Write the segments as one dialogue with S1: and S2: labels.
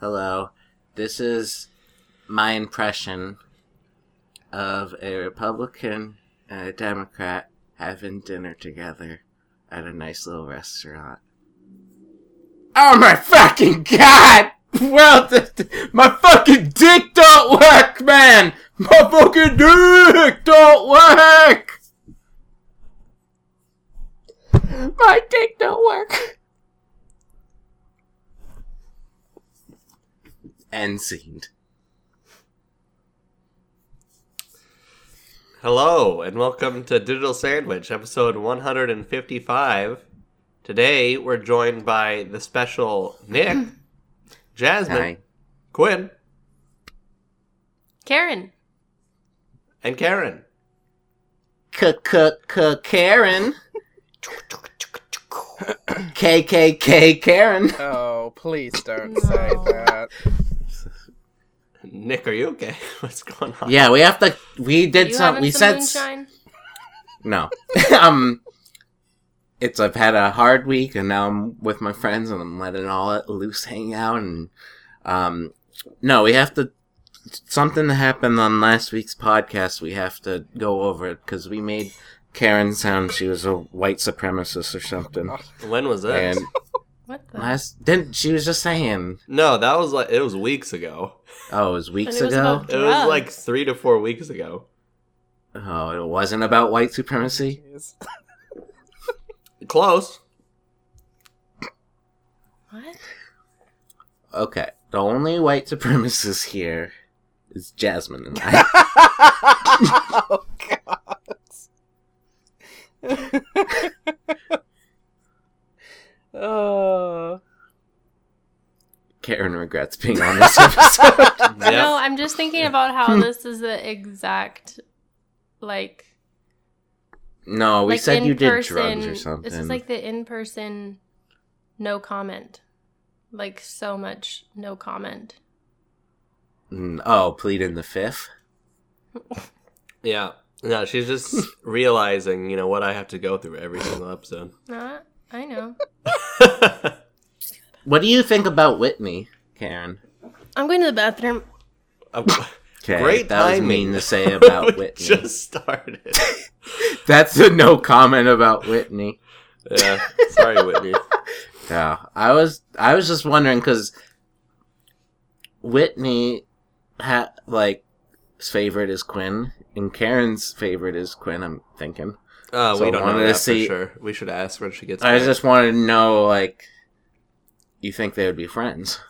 S1: Hello. This is my impression of a Republican and a Democrat having dinner together at a nice little restaurant. Oh my fucking god! Well, th- th- my fucking dick don't work, man! My fucking dick don't work! My dick don't work! End scene.
S2: Hello, and welcome to Digital Sandwich, episode 155. Today, we're joined by the special Nick, Jasmine,
S1: Hi.
S2: Quinn,
S3: Karen.
S2: and Karen.
S1: Karen. KKK Karen.
S4: Oh, please don't
S3: No.
S4: say that.
S2: Nick, are you okay? What's going on?
S1: Yeah, we have to. We did
S3: you
S1: some.
S3: having
S1: We
S3: some
S1: said s-
S3: moonshine?
S1: no. um, it's I've had a hard week, and now I'm with my friends, and I'm letting all it loose hang out. And um, no, we have to. Something happened on last week's podcast. We have to go over it because we made Karen sound she was a white supremacist or something.
S2: When was this?
S1: And
S3: What the?
S1: last, then she was just saying,
S2: No, that was like, it was weeks ago.
S1: "Oh, it was weeks
S3: And it was
S1: ago."
S3: about-
S2: It was like
S3: Drugs.
S2: three to four weeks ago.
S1: Oh, it wasn't about white supremacy?
S4: Jeez.
S2: Close.
S3: What?
S1: Okay. The only white supremacist here is Jasmine and I.
S4: oh God. oh.
S1: Karen regrets being on this episode.
S3: No,
S2: Yeah.
S3: I'm just thinking about
S1: Hmm.
S3: how this is the exact, like,
S1: No, we
S3: like
S1: said you did
S3: in-person-
S1: drugs or something.
S3: This is like the in-person, no comment, like so much no comment.
S1: Mm, oh, plead in the fifth?
S2: Yeah. No, she's just realizing, you know, what I have to go through every single episode.
S3: Uh, I know.
S1: What do you think about Whitney, Karen?
S3: I'm going to the bathroom.
S1: Okay,
S2: Great
S1: that was
S2: timing.
S1: mean to say about
S2: We
S1: Whitney.
S2: Just started.
S1: That's a no comment about Whitney.
S2: yeah. Sorry, Whitney.
S1: Yeah, I was I was just wondering because Whitney had like his favorite is Quinn and Karen's favorite is Quinn. I'm thinking.
S2: Uh,
S1: So
S2: we don't
S1: wanted
S2: know
S1: to
S2: that
S1: see-
S2: for sure. We should ask when she gets
S1: I
S2: back.
S1: just wanted to know like you think they would be friends,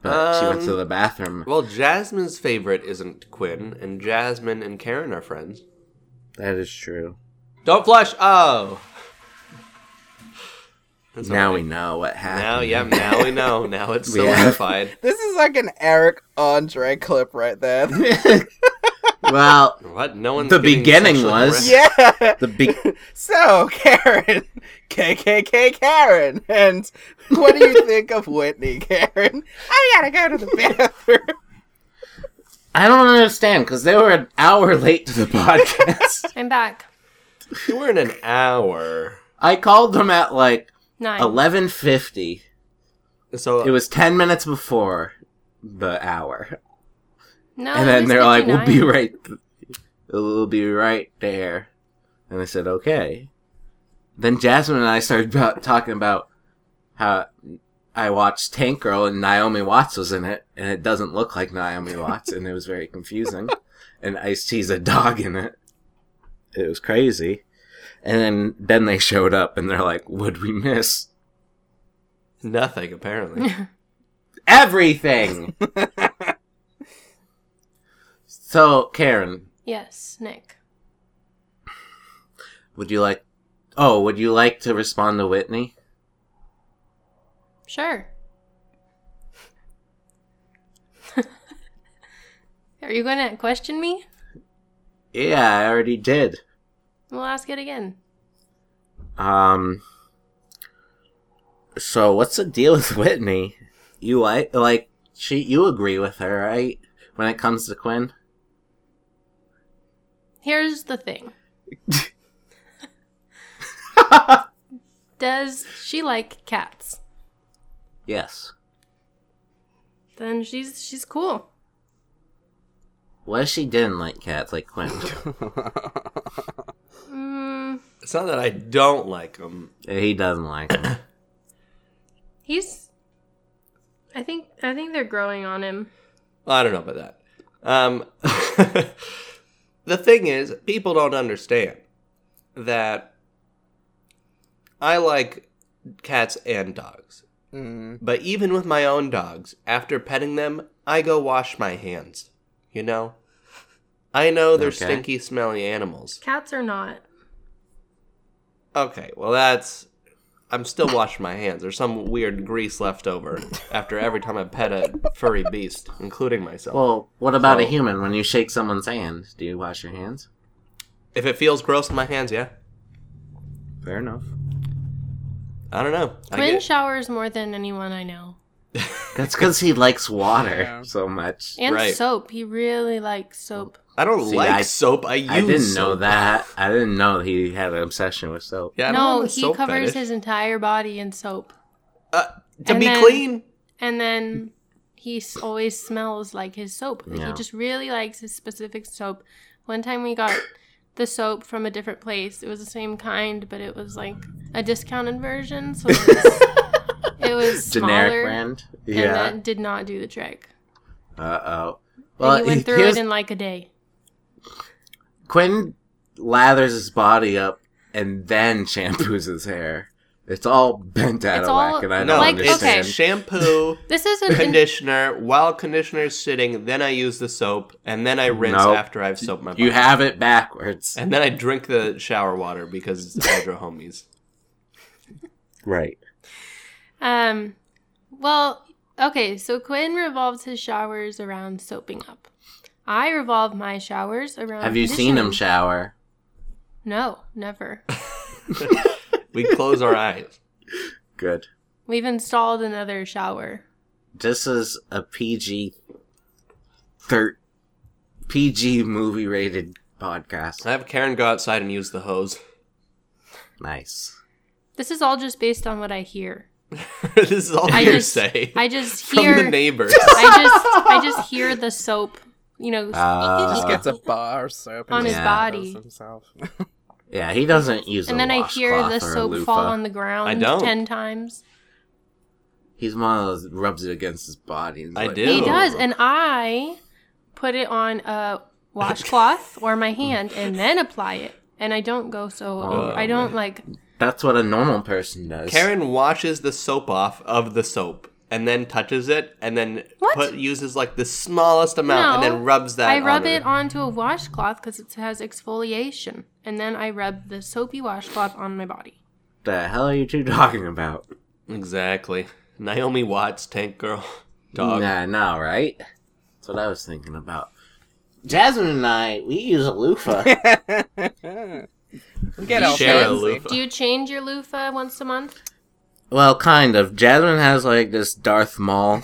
S1: but she went
S2: Um,
S1: to the bathroom.
S2: Well, Jasmine's favorite isn't Quinn, and Jasmine and Karen are friends.
S1: That is true.
S2: Don't flush. Oh. That's
S1: now
S2: alright.
S1: we know what happened.
S2: Now, yeah, now we know. Now it's
S1: We have-
S2: solidified.
S4: This is like an Eric Andre clip right there.
S1: well,
S2: What? No one's
S1: The
S2: getting
S1: beginning
S2: sexually
S1: was-
S2: harassed.
S4: yeah.
S1: the big
S4: So, Karen, KKK Karen, and what do you think of Whitney, Karen? I gotta go to the bathroom.
S1: I don't understand because they were an hour late to the podcast.
S3: I'm back.
S2: You were in an hour.
S1: I called them at like
S3: Nine.
S1: eleven fifty.
S2: So
S1: It was 10 minutes before the hour.
S3: No.
S1: And
S3: Oh, it
S1: then
S3: was
S1: they're like, we'll be
S3: 59.
S1: right we'll be right there. And I said, "Okay." Then Jasmine and I started about, talking about how I watched Tank Girl and Naomi Watts was in it, and it doesn't look like Naomi Watts, and it was very confusing. And Ice T's a dog in it. It was crazy. And then then they showed up, and they're like, "Would we miss
S2: nothing apparently.
S1: everything?" so Karen,
S3: yes, Nick.
S1: Would you like? Oh, would you like to respond to Whitney?
S3: Sure. Are you going to question me?
S1: Yeah, I already did.
S3: We'll ask it again.
S1: Um. So what's the deal with Whitney? You like like she? You agree with her, right? When it comes to Quinn,
S3: Here's the thing. Does she like cats?
S1: yes.
S3: then she's she's cool.
S1: What if she didn't like cats like Quentin?
S3: Mm,
S2: It's not that I don't like them.
S1: he doesn't like them.
S3: he's. I think I think they're growing on him.
S2: Well, I don't know about that. Um, the thing is, people don't understand that I like cats and dogs.
S4: Mm.
S2: But even with my own dogs, after petting them, I go wash my hands. You know? I know they're
S1: Okay.
S2: stinky, smelly animals.
S3: Cats are not.
S2: Okay, well, that's. I'm still washing my hands. There's some weird grease left over after every time I pet a furry beast, including myself.
S1: Well, what about a
S2: So-
S1: human? When you shake someone's hand, do you wash your hands?
S2: if it feels gross in my hands, yeah.
S1: Fair enough.
S2: I don't know. I
S3: Quinn
S2: get-
S3: showers more than anyone I know,
S1: That's because he likes water
S4: Yeah.
S1: so much.
S3: and
S2: Right.
S3: soap. He really likes soap.
S2: I don't
S1: See,
S2: like
S1: I-
S2: soap. I use.
S1: I didn't know
S2: soap.
S1: that. I didn't know he had an obsession with soap.
S2: Yeah, I don't
S3: no,
S2: have a
S3: he
S2: soap
S3: covers
S2: fetish.
S3: his entire body in soap,
S2: Uh, to
S3: And
S2: be
S3: then-
S2: clean.
S3: and then he s- always smells like his soap. Like,
S1: Yeah.
S3: He just really likes his specific soap. One time we got the soap from a different place. It was the same kind, but it was like a discounted version, so it was, it was smaller,
S1: Generic brand.
S3: and
S1: Yeah.
S3: that did not do the trick.
S1: Uh oh.
S3: Well,
S1: Well,
S3: and he went through
S1: here's-
S3: it in like a day.
S1: Quinn lathers his body up and then shampoos his hair. It's all bent out
S3: It's
S1: of
S3: all-
S1: whack, and I
S2: no,
S1: don't
S3: like,
S2: it's
S1: understand.
S3: okay.
S2: shampoo,
S3: This isn't an
S2: conditioner. While conditioner's sitting, then I use the soap, and then I rinse
S1: Nope.
S2: after I've soaped my.
S1: You
S2: body.
S1: have it backwards.
S2: and then I drink the shower water because it's hydro homies.
S1: Right.
S3: Um, well, okay, so Quinn revolves his showers around soaping up. I revolve my showers around.
S1: Have you seen him
S3: conditioning.
S1: shower?
S3: no, never.
S2: We close our eyes.
S1: Good.
S3: We've installed another shower.
S1: This is a PG thir- PG movie rated podcast.
S2: I have Karen go outside and use the hose.
S1: Nice.
S3: This is all just based on what I hear.
S2: this is all
S3: I just-
S2: hearsay
S3: I just
S2: from the
S3: hear.
S2: neighbors.
S3: I just I just hear the soap. You know,
S1: Ah.
S4: He just gets a bar of soap
S3: On
S1: his
S4: just
S3: body.
S4: throws Himself.
S1: Yeah, he doesn't use.
S3: and then I hear the soap fall on the ground
S2: I don't.
S3: ten times.
S1: He's one of those rubs it against his body. and is
S2: I
S1: like,
S2: do.
S3: He
S2: Ew.
S3: does, and I put it on a washcloth or my hand, and then apply it. And I don't go so.
S1: Oh,
S3: I don't like.
S1: That's what a normal person does.
S2: Karen washes the soap off of the soap and then touches it and then
S3: What?
S2: put uses like the smallest amount and
S3: No,
S2: then rubs that.
S3: I rub
S2: on her.
S3: it onto a washcloth because it has exfoliation, and then I rub the soapy washcloth on my body.
S1: the hell are you two talking about?
S2: Exactly. Naomi Watts, Tank Girl, dog.
S1: Nah, nah, right? That's what I was thinking about. Jasmine and I, we use a loofah.
S4: we get all
S2: Share a
S4: fancy.
S2: loofah.
S3: Do you change your loofah once a month?
S1: well, kind of. Jasmine has like this Darth Maul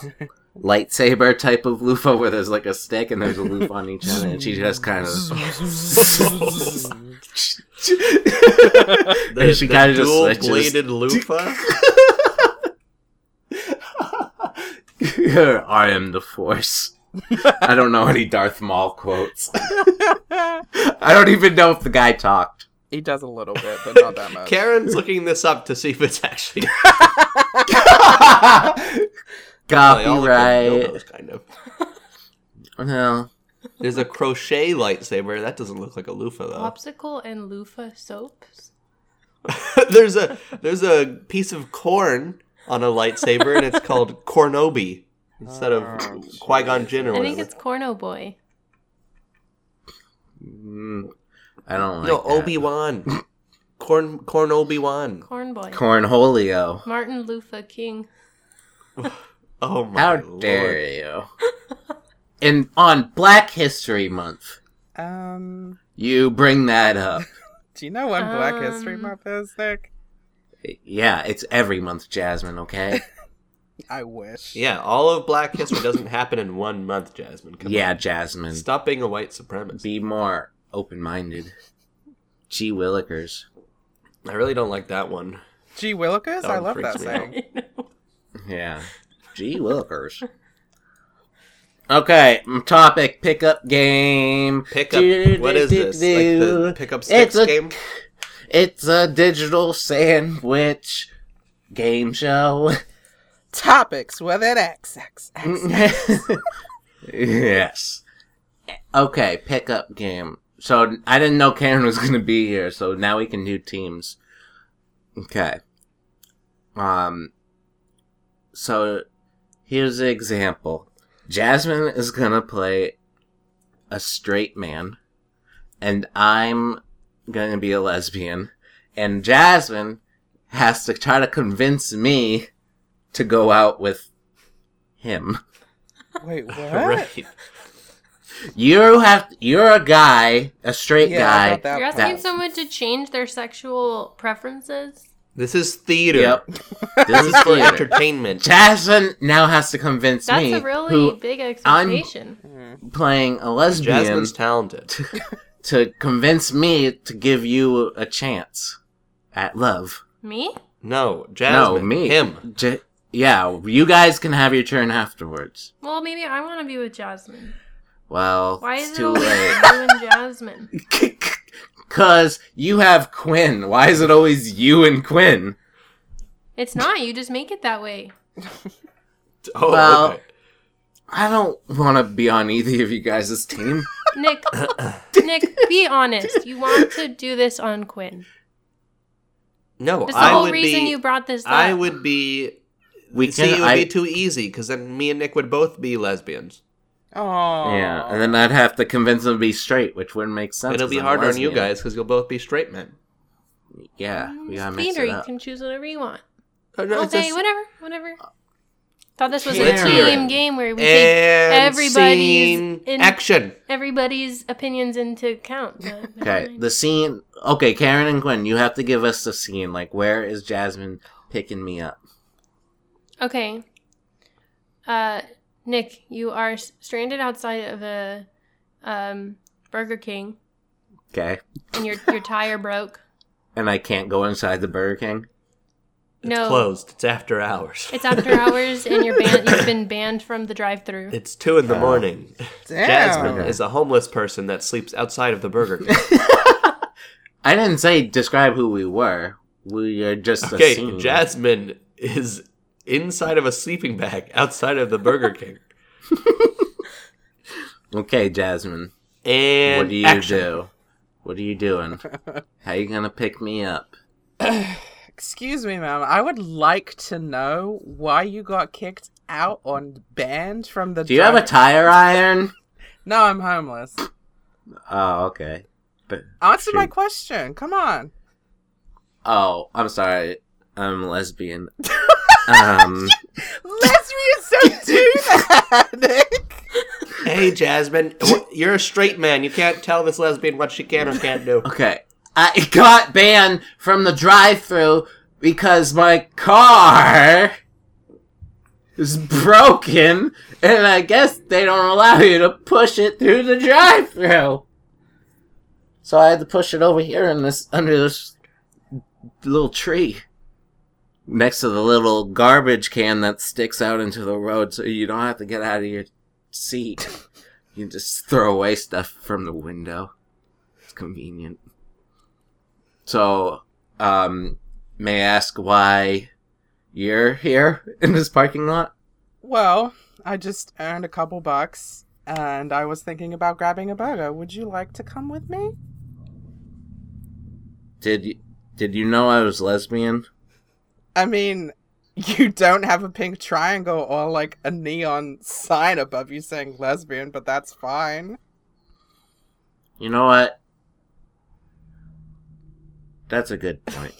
S1: lightsaber type of loofah where there's like a stick and there's a loop on each end, and she just kind of.
S2: The,
S1: she
S2: the
S1: kind of just
S2: dual
S1: switches.
S2: bladed loofah.
S1: I am the Force. I don't know any Darth Maul quotes. I don't even know if the guy talked.
S4: He does a little bit, but not that much.
S2: Karen's looking this up to see if it's actually They all look like
S1: Copyright.
S2: dildos, kind of.
S1: No.
S2: There's a crochet lightsaber that doesn't look like a loofah though.
S3: Popsicle and loofah soaps.
S2: there's a there's a piece of corn on a lightsaber and it's called cornobi instead of
S4: Oh,
S2: Qui Gon Jinn or
S3: I
S2: whatever.
S3: think it's Corno Boy.
S1: Mm, I don't like
S2: no
S1: that.
S2: Obi Wan, corn corn Obi Wan.
S3: Corn Boy.
S1: Cornholio.
S3: Martin Loofah King.
S2: Oh my
S1: How
S2: lord.
S1: dare you? and on Black History Month,
S4: Um,
S1: you bring that up.
S4: do you know when Black History
S3: Um,
S4: Month is, Nick?
S1: Yeah, it's every month, Jasmine, okay?
S4: I wish.
S2: Yeah, all of Black History doesn't happen in one month, Jasmine. Come
S1: yeah,
S2: on.
S1: Jasmine.
S2: stop being a white supremacist.
S1: Be more open minded. Gee Willikers.
S2: I really don't like that one.
S4: Gee Willikers?
S2: That
S4: I
S2: one
S4: love
S2: freaks
S4: that
S2: me out.
S4: saying.
S1: Yeah. Gee Willikers. Okay, mm, topic pickup game.
S2: Pickup. What is this? Like the pickup sticks
S1: It's a-
S2: game?
S1: It's a digital sandwich game show.
S4: Topics with an X, X, X.
S1: yes. Okay, pickup game. So I didn't know Karen was gonna be here, so now we can do teams. Okay. Um. So here's an example. Jasmine is gonna play a straight man, and I'm gonna be a lesbian, and Jasmine has to try to convince me to go out with him.
S4: Wait, what?
S2: Right.
S1: You have you're a guy, a straight
S4: Yeah, I
S1: guy.
S4: thought that
S3: You're
S4: was-
S3: asking someone to change their sexual preferences.
S2: This is theater.
S1: Yep. this is
S2: This is for
S1: theater.
S2: entertainment.
S1: Jasmine now has to convince
S3: That's
S1: me
S3: a really
S1: who
S3: big expectation.
S4: Mm.
S1: playing a lesbian
S2: Jasmine's talented.
S1: to convince me to give you a chance at love.
S3: Me?
S2: No, Jasmine.
S1: No, me.
S2: Him.
S1: J- yeah, you guys can have your turn afterwards.
S3: Well, maybe I want to be with Jasmine.
S1: Well,
S3: Why is
S1: it's
S3: it
S1: too
S3: always
S1: late.
S3: you and Jasmine?
S1: Cause you have Quinn. Why is it always you and Quinn?
S3: It's not. You just make it that way.
S2: Oh,
S1: Well-
S2: okay.
S1: I don't want to be on either of you guys' team.
S3: Nick, Nick, be honest. You want to do this on Quinn.
S2: No,
S3: That's the
S2: I
S3: whole
S2: would
S3: reason
S2: be.
S3: you brought this up.
S2: I would be.
S1: We
S2: see,
S1: can.
S2: it would
S1: I,
S2: be too easy because then me and Nick would both be lesbians.
S4: Aw.
S1: Yeah, and then I'd have to convince them to be straight, which wouldn't make sense.
S2: And It'll be
S1: 'cause I'm
S2: harder on you
S1: lesbian.
S2: guys because you'll both be straight men.
S1: Yeah,
S3: Mm,
S1: we
S3: it's
S1: gotta mix
S3: theater.
S1: it
S3: You
S1: up.
S3: can choose whatever you want.
S2: Oh, no, it's
S3: okay,
S2: just-
S3: whatever, whatever.
S1: Uh,
S3: Thought this was
S1: Let's
S3: a
S1: hear
S3: team
S2: it.
S3: game where we take
S1: Eh.
S2: And
S3: everybody's
S2: scene
S3: in-
S2: action.
S3: everybody's opinions into account. No, never
S1: Okay,
S3: mind.
S1: the scene. Okay, Karen and Gwen, you have to give us the scene. Like, where is Jasmine picking me up?
S3: Okay. Uh, Nick, you are s- stranded outside of a um, Burger King,
S1: Okay,
S3: and your your tire broke.
S1: and I can't go inside the Burger King.
S3: No.
S2: It's closed. It's after hours.
S3: It's after hours, and you're ban- you've been banned from the drive-through.
S2: It's two in the
S1: Oh.
S2: morning.
S4: Damn.
S2: Jasmine
S1: Okay.
S2: is a homeless person that sleeps outside of the Burger King.
S1: I didn't say describe who we were. We are just a
S2: okay,
S1: scene.
S2: Jasmine is inside of a sleeping bag outside of the Burger King.
S1: Okay, Jasmine.
S2: And
S1: what do you
S2: action.
S1: do? What are you doing? How you gonna pick me up?
S4: Excuse me, ma'am. I would like to know why you got kicked out on banned from the.
S1: Do you have a
S4: drive-
S1: tire iron?
S4: no, I'm homeless.
S1: Oh, okay. But
S4: Answer my
S1: Shoot.
S4: question. Come on.
S1: Oh, I'm sorry. I'm lesbian. um,
S4: Lesbians don't do that, Nick.
S2: Hey, Jasmine, wh- you're a straight man. You can't tell this lesbian what she can or can't do.
S1: okay. I got banned from the drive-through because my car is broken, and I guess they don't allow you to push it through the drive-through. So I had to push it over here in this under this little tree next to the little garbage can that sticks out into the road, so you don't have to get out of your seat. You just throw away stuff from the window. It's convenient. So, um, may I ask why you're here in this parking lot?
S4: Well, I just earned a couple bucks, and I was thinking about grabbing a burger. Would you like to come with me?
S1: Did you, did you know I was lesbian?
S4: I mean, you don't have a pink triangle or like a neon sign above you saying lesbian, but that's fine.
S1: You know what? That's a good point.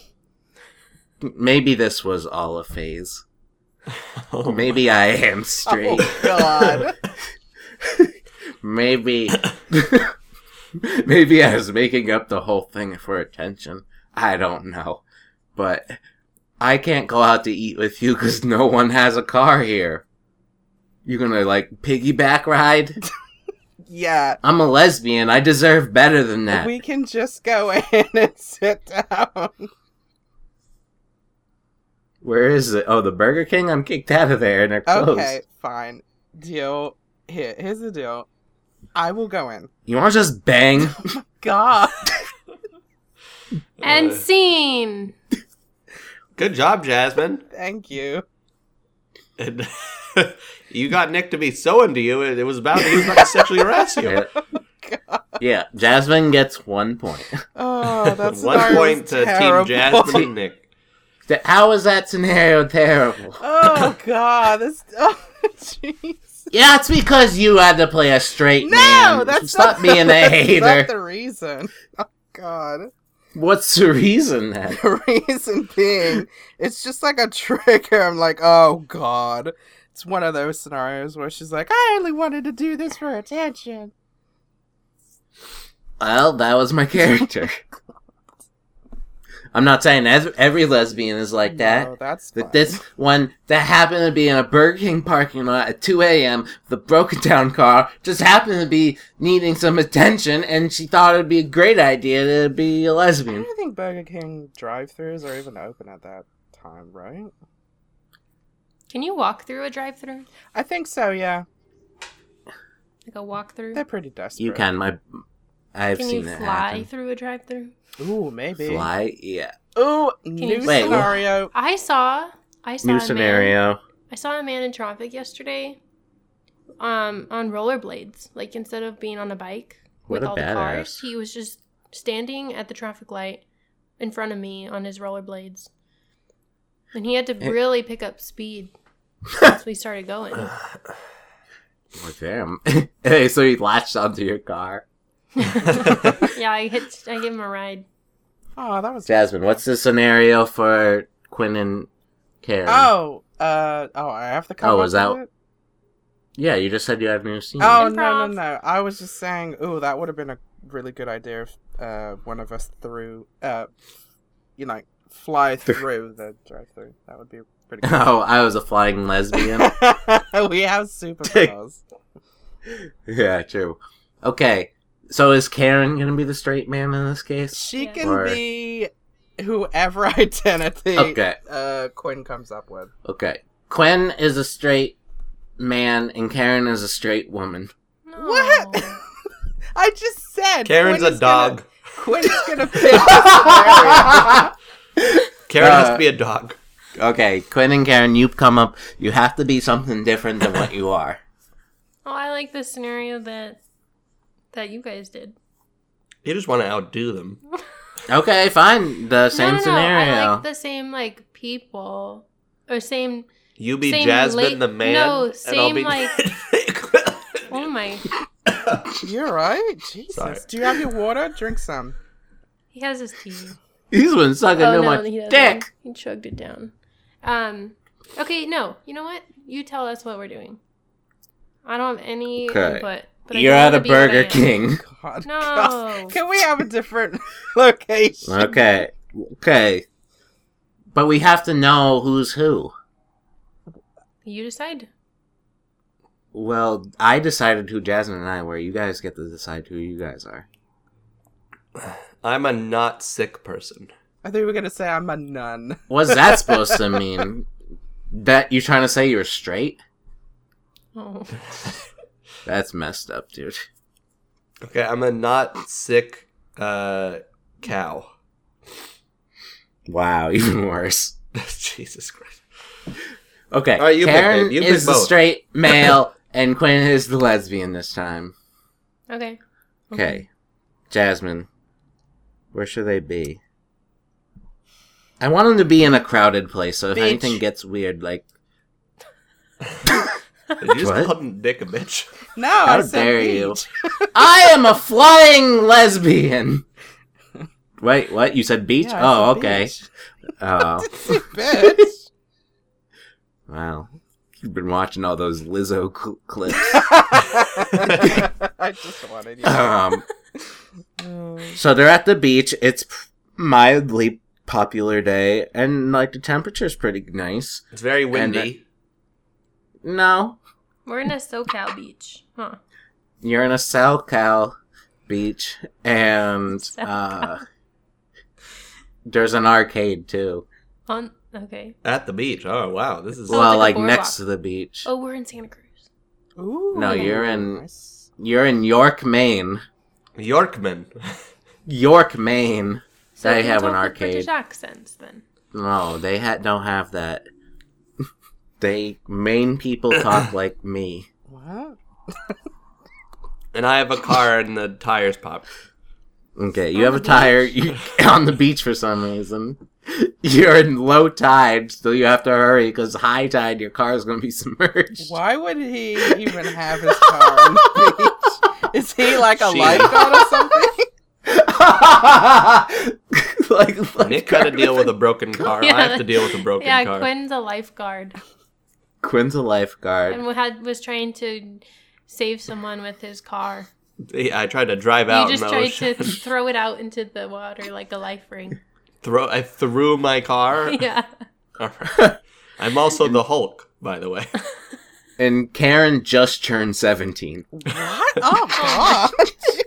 S1: Maybe this was all a phase.
S2: Oh,
S1: Maybe I am straight.
S4: Oh God.
S1: Maybe. Maybe I was making up the whole thing for attention. I don't know. But I can't go out to eat with you because no one has a car here. You're gonna, like, piggyback ride?
S4: yeah.
S1: I'm a lesbian. I deserve better than that.
S4: We can just go in and sit down.
S1: Where is it? Oh, the Burger King? I'm kicked out of there and they're closed.
S4: Okay, fine. Deal. Here, here's the deal. I will go in.
S1: You want to just bang?
S4: God.
S3: And
S2: Uh,
S3: scene.
S2: good job, Jasmine.
S4: Thank you.
S2: And you got Nick to be so into you, it it was about he was about to sexually harass you.
S1: yeah. Yeah, Jasmine gets one point.
S4: Oh, that's
S2: One point to Team Jasmine and Nick.
S1: Th- How is that scenario terrible?
S4: Oh God, this. Oh, jeez.
S1: Yeah, it's because you had to play a straight man.
S4: No, that's
S1: stop
S4: not
S1: being
S4: the,
S1: a
S4: That's not
S1: hater.
S4: the reason. Oh God,
S1: What's the reason then?
S4: the reason being, it's just like a trigger. I'm like, oh God, it's one of those scenarios where she's like, I only wanted to do this for attention.
S1: Well, that was my character. I'm not saying ev- every lesbian is like that.
S4: No, that's
S1: That
S4: fine.
S1: this one that happened to be in a Burger King parking lot at 2 a.m. The broken down car just happened to be needing some attention, and she thought it'd be a great idea to be a
S4: I
S1: lesbian.
S4: don't think Burger King drive-throughs are even open at that time, right?
S3: Can you walk through a drive-through?
S4: I think so. Yeah,
S3: Like a walk-through?
S4: they're pretty desperate.
S1: You can. My, I've
S3: Can you
S1: seen
S3: fly
S1: it happen.
S3: through a drive-through?
S4: Ooh, maybe.
S1: Fly, yeah.
S4: Ooh,
S3: you
S4: new
S3: fly?
S4: scenario.
S3: I saw. I saw. a
S1: New
S3: man-
S1: scenario.
S3: I saw a man in traffic yesterday. Um, on rollerblades. Like instead of being on a bike
S1: What
S3: with
S1: a
S3: all the cars,
S1: badass.
S3: he was just standing at the traffic light in front of me on his rollerblades. And he had to
S1: Eh.
S3: really pick up speed once we started going.
S1: Like, damn. hey, so he latched onto your car.
S3: Yeah, I hit. I gave him a ride.
S4: Oh, that was
S1: Jasmine, what's the scenario for Quinn and Karen?
S4: Oh, uh, oh, I have to come.
S1: Oh,
S4: up
S1: is that-
S4: with it?
S1: Yeah, you just said you had a new scene.
S4: Oh no, no,
S3: Improv.
S4: no! I was just saying. Ooh, that would have been a really good idea if uh, one of us threw, uh, you know, fly through the drive-through. That would be pretty good.
S1: Oh, I was a flying lesbian.
S4: we have superpowers.
S1: yeah, true. Okay, so is Karen gonna be the straight man in this case?
S4: she
S3: Yeah.
S4: can
S1: Or-
S4: be whoever identity
S1: Okay,
S4: uh, Quinn comes up with.
S1: okay. Quinn is a straight man, and Karen is a straight woman.
S3: No.
S4: What? I just said
S2: Karen's
S4: Quinn
S2: a
S4: is gonna-
S2: dog.
S4: Quinn's gonna pick. the scenario.
S2: Karen has to
S1: Uh,
S2: be a dog.
S1: Okay, Quinn and Karen, you've come up. You have to be something different than what you are.
S3: Oh, I like the scenario that that you guys did.
S2: You just want to outdo them.
S1: Okay, fine. The same
S3: no, no,
S1: scenario.
S3: No, I like the same like people or same.
S2: You be
S3: Same
S2: Jasmine
S3: la-
S2: the man.
S3: no,
S2: and I'll
S3: same,
S2: be
S3: like- Oh my!
S4: You're right. Jesus.
S2: Sorry.
S4: Do you have your water? Drink some.
S3: He has his tea.
S1: He's been sucking
S3: oh
S1: too
S3: no,
S1: much
S3: he doesn't.
S1: dick.
S3: He chugged it down. Um. Okay. No. You know what? You tell us what we're doing. I don't have any
S1: Okay.
S3: input. But I
S1: You're
S3: do
S1: at
S3: wanna
S1: a
S3: be man.
S1: Burger King.
S4: God. God.
S3: No.
S4: Can we have a different location?
S1: Okay, okay, but we have to know who's who.
S3: You decide.
S1: Well, I decided who Jasmine and I were. You guys get to decide who you guys are.
S2: I'm a not sick person.
S4: I think we were gonna say I'm a nun.
S1: What's that supposed to mean? That you're trying to say you're straight?
S3: Oh.
S1: That's messed up, dude.
S2: Okay, I'm a not sick uh, cow.
S1: Wow, even worse.
S2: Jesus Christ.
S1: Okay,
S2: All right, you pick,
S1: Karen
S2: babe. You pick
S1: is the
S2: both.
S1: straight male, and Quinn is the lesbian this time.
S3: Okay.
S1: Okay, Jasmine, where should they be? I want them to be in a crowded place, so if
S4: Beach.
S1: anything gets weird, like
S2: Did you just
S1: What?
S2: call Nick a bitch?
S4: No,
S1: How
S4: I said
S1: dare you?
S4: beach.
S1: I am a flying lesbian. Wait, what? You said beach?
S4: Yeah, I
S1: oh,
S4: said
S1: okay.
S4: beach.
S1: Oh,
S4: Bitch.
S1: wow. You've been watching all those Lizzo cl- clips.
S4: I just wanted you.
S1: Um,
S4: Mm.
S1: so they're at the beach. It's p- mildly popular day, and like the temperature's pretty nice.
S2: It's very windy.
S1: No,
S3: Mm-hmm. We're in a SoCal beach, huh?
S1: you're in a SoCal beach, and uh, there's an arcade too.
S3: On. Okay.
S2: At the beach. Oh, wow. This is.
S3: Oh, it's
S1: well,
S3: like
S1: like
S3: a
S1: next
S3: boardwalk.
S1: to the beach.
S3: Oh, we're in Santa Cruz.
S4: Ooh.
S1: No, you're in-
S4: Nice.
S1: You're in York, Maine.
S2: Yorkman.
S1: York, Maine. They
S3: you
S1: have
S3: don't
S1: an
S3: like British
S1: arcade.
S3: accents then.
S1: No, they ha- don't have that. they Maine people talk like me.
S4: What?
S2: and I have a car and the tires pop.
S1: Okay, you
S3: On
S1: have
S3: the
S1: a tire.
S3: beach.
S1: You on the beach for some reason. You're in low tide, so you have to hurry because high tide, your car is going to be submerged.
S4: Why would he even have his car on the beach? Is he like a
S2: She-
S4: lifeguard or something?
S1: like, like
S2: Nick got to deal with a broken car. I have to deal with a broken
S3: yeah,
S2: car.
S3: Quinn's a lifeguard
S1: Quinn's a lifeguard.
S3: and we had was trying to save someone with his car.
S2: Yeah, I tried to drive out.
S3: you
S2: in
S3: just
S2: the
S3: tried
S2: ocean.
S3: to throw it out into the water like a life ring.
S2: throw. I threw my car.
S3: yeah.
S2: All right. I'm also the Hulk, by the way.
S1: And Karen just turned 17.
S4: What? Oh god.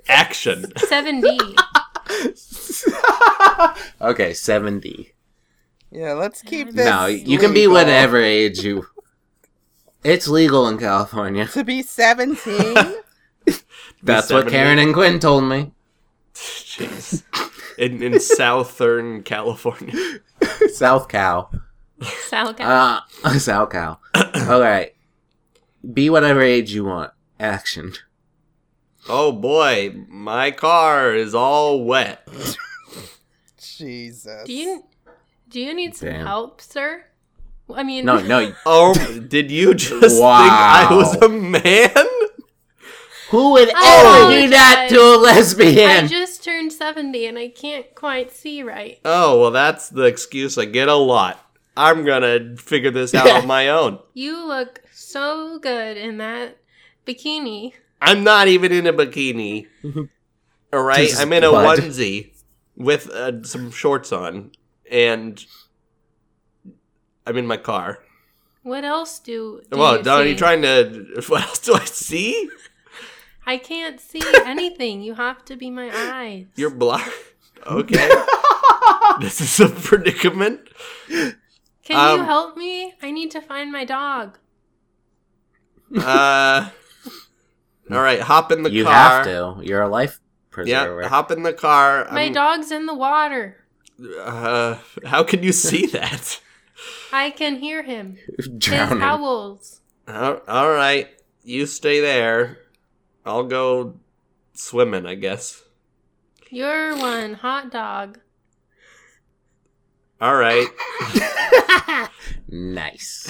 S2: Action.
S3: 7D.
S1: okay, 70.
S4: Yeah, let's keep this.
S1: No, you can be
S4: legal.
S1: whatever age you. It's legal in California.
S4: To be seventeen.
S1: That's what
S2: 70.
S1: Karen and Quinn told me.
S2: Jeez. In in Southern California.
S1: South Cal.
S3: Sal got
S1: Uh, South Cal. Alright. Be whatever age you want. Action.
S2: Oh boy, my car is all wet.
S4: Jesus.
S3: Do you do you need some
S1: Damn.
S3: help, sir? I mean,
S1: No, no.
S2: Oh, did you just think I
S1: Wow.
S2: was a man?
S1: Who would
S3: I
S1: ever do that
S3: apologize.
S1: to a
S3: I
S1: lesbian?
S3: just turned seventy and I can't quite see right.
S2: Oh, well, that's the excuse I get a lot. I'm gonna figure this out on my own.
S3: You look so good in that bikini.
S2: I'm not even in a bikini. All right,
S1: Just
S2: I'm in a
S1: bud.
S2: onesie with uh, some shorts on, and I'm in my car.
S3: What else do? do
S2: well,
S3: you
S2: Don, are you
S3: see?
S2: trying to? What else do I see?
S3: I can't see anything. You have to be my eyes.
S2: You're blind. Okay, this is a predicament.
S3: Can
S2: um,
S3: you help me? I need to find my dog.
S2: Uh, all right, hop in the
S1: You
S2: car.
S1: have to. You're a life preserver.
S2: Yeah, hop in the car.
S3: My
S2: I'm-
S3: dog's in the water.
S2: Uh, how can you see that?
S3: I can hear him.
S1: Drowning.
S3: His howls.
S2: Al- all right, you stay there. I'll go swimming, I guess.
S3: You're one hot dog.
S2: All right.
S1: nice.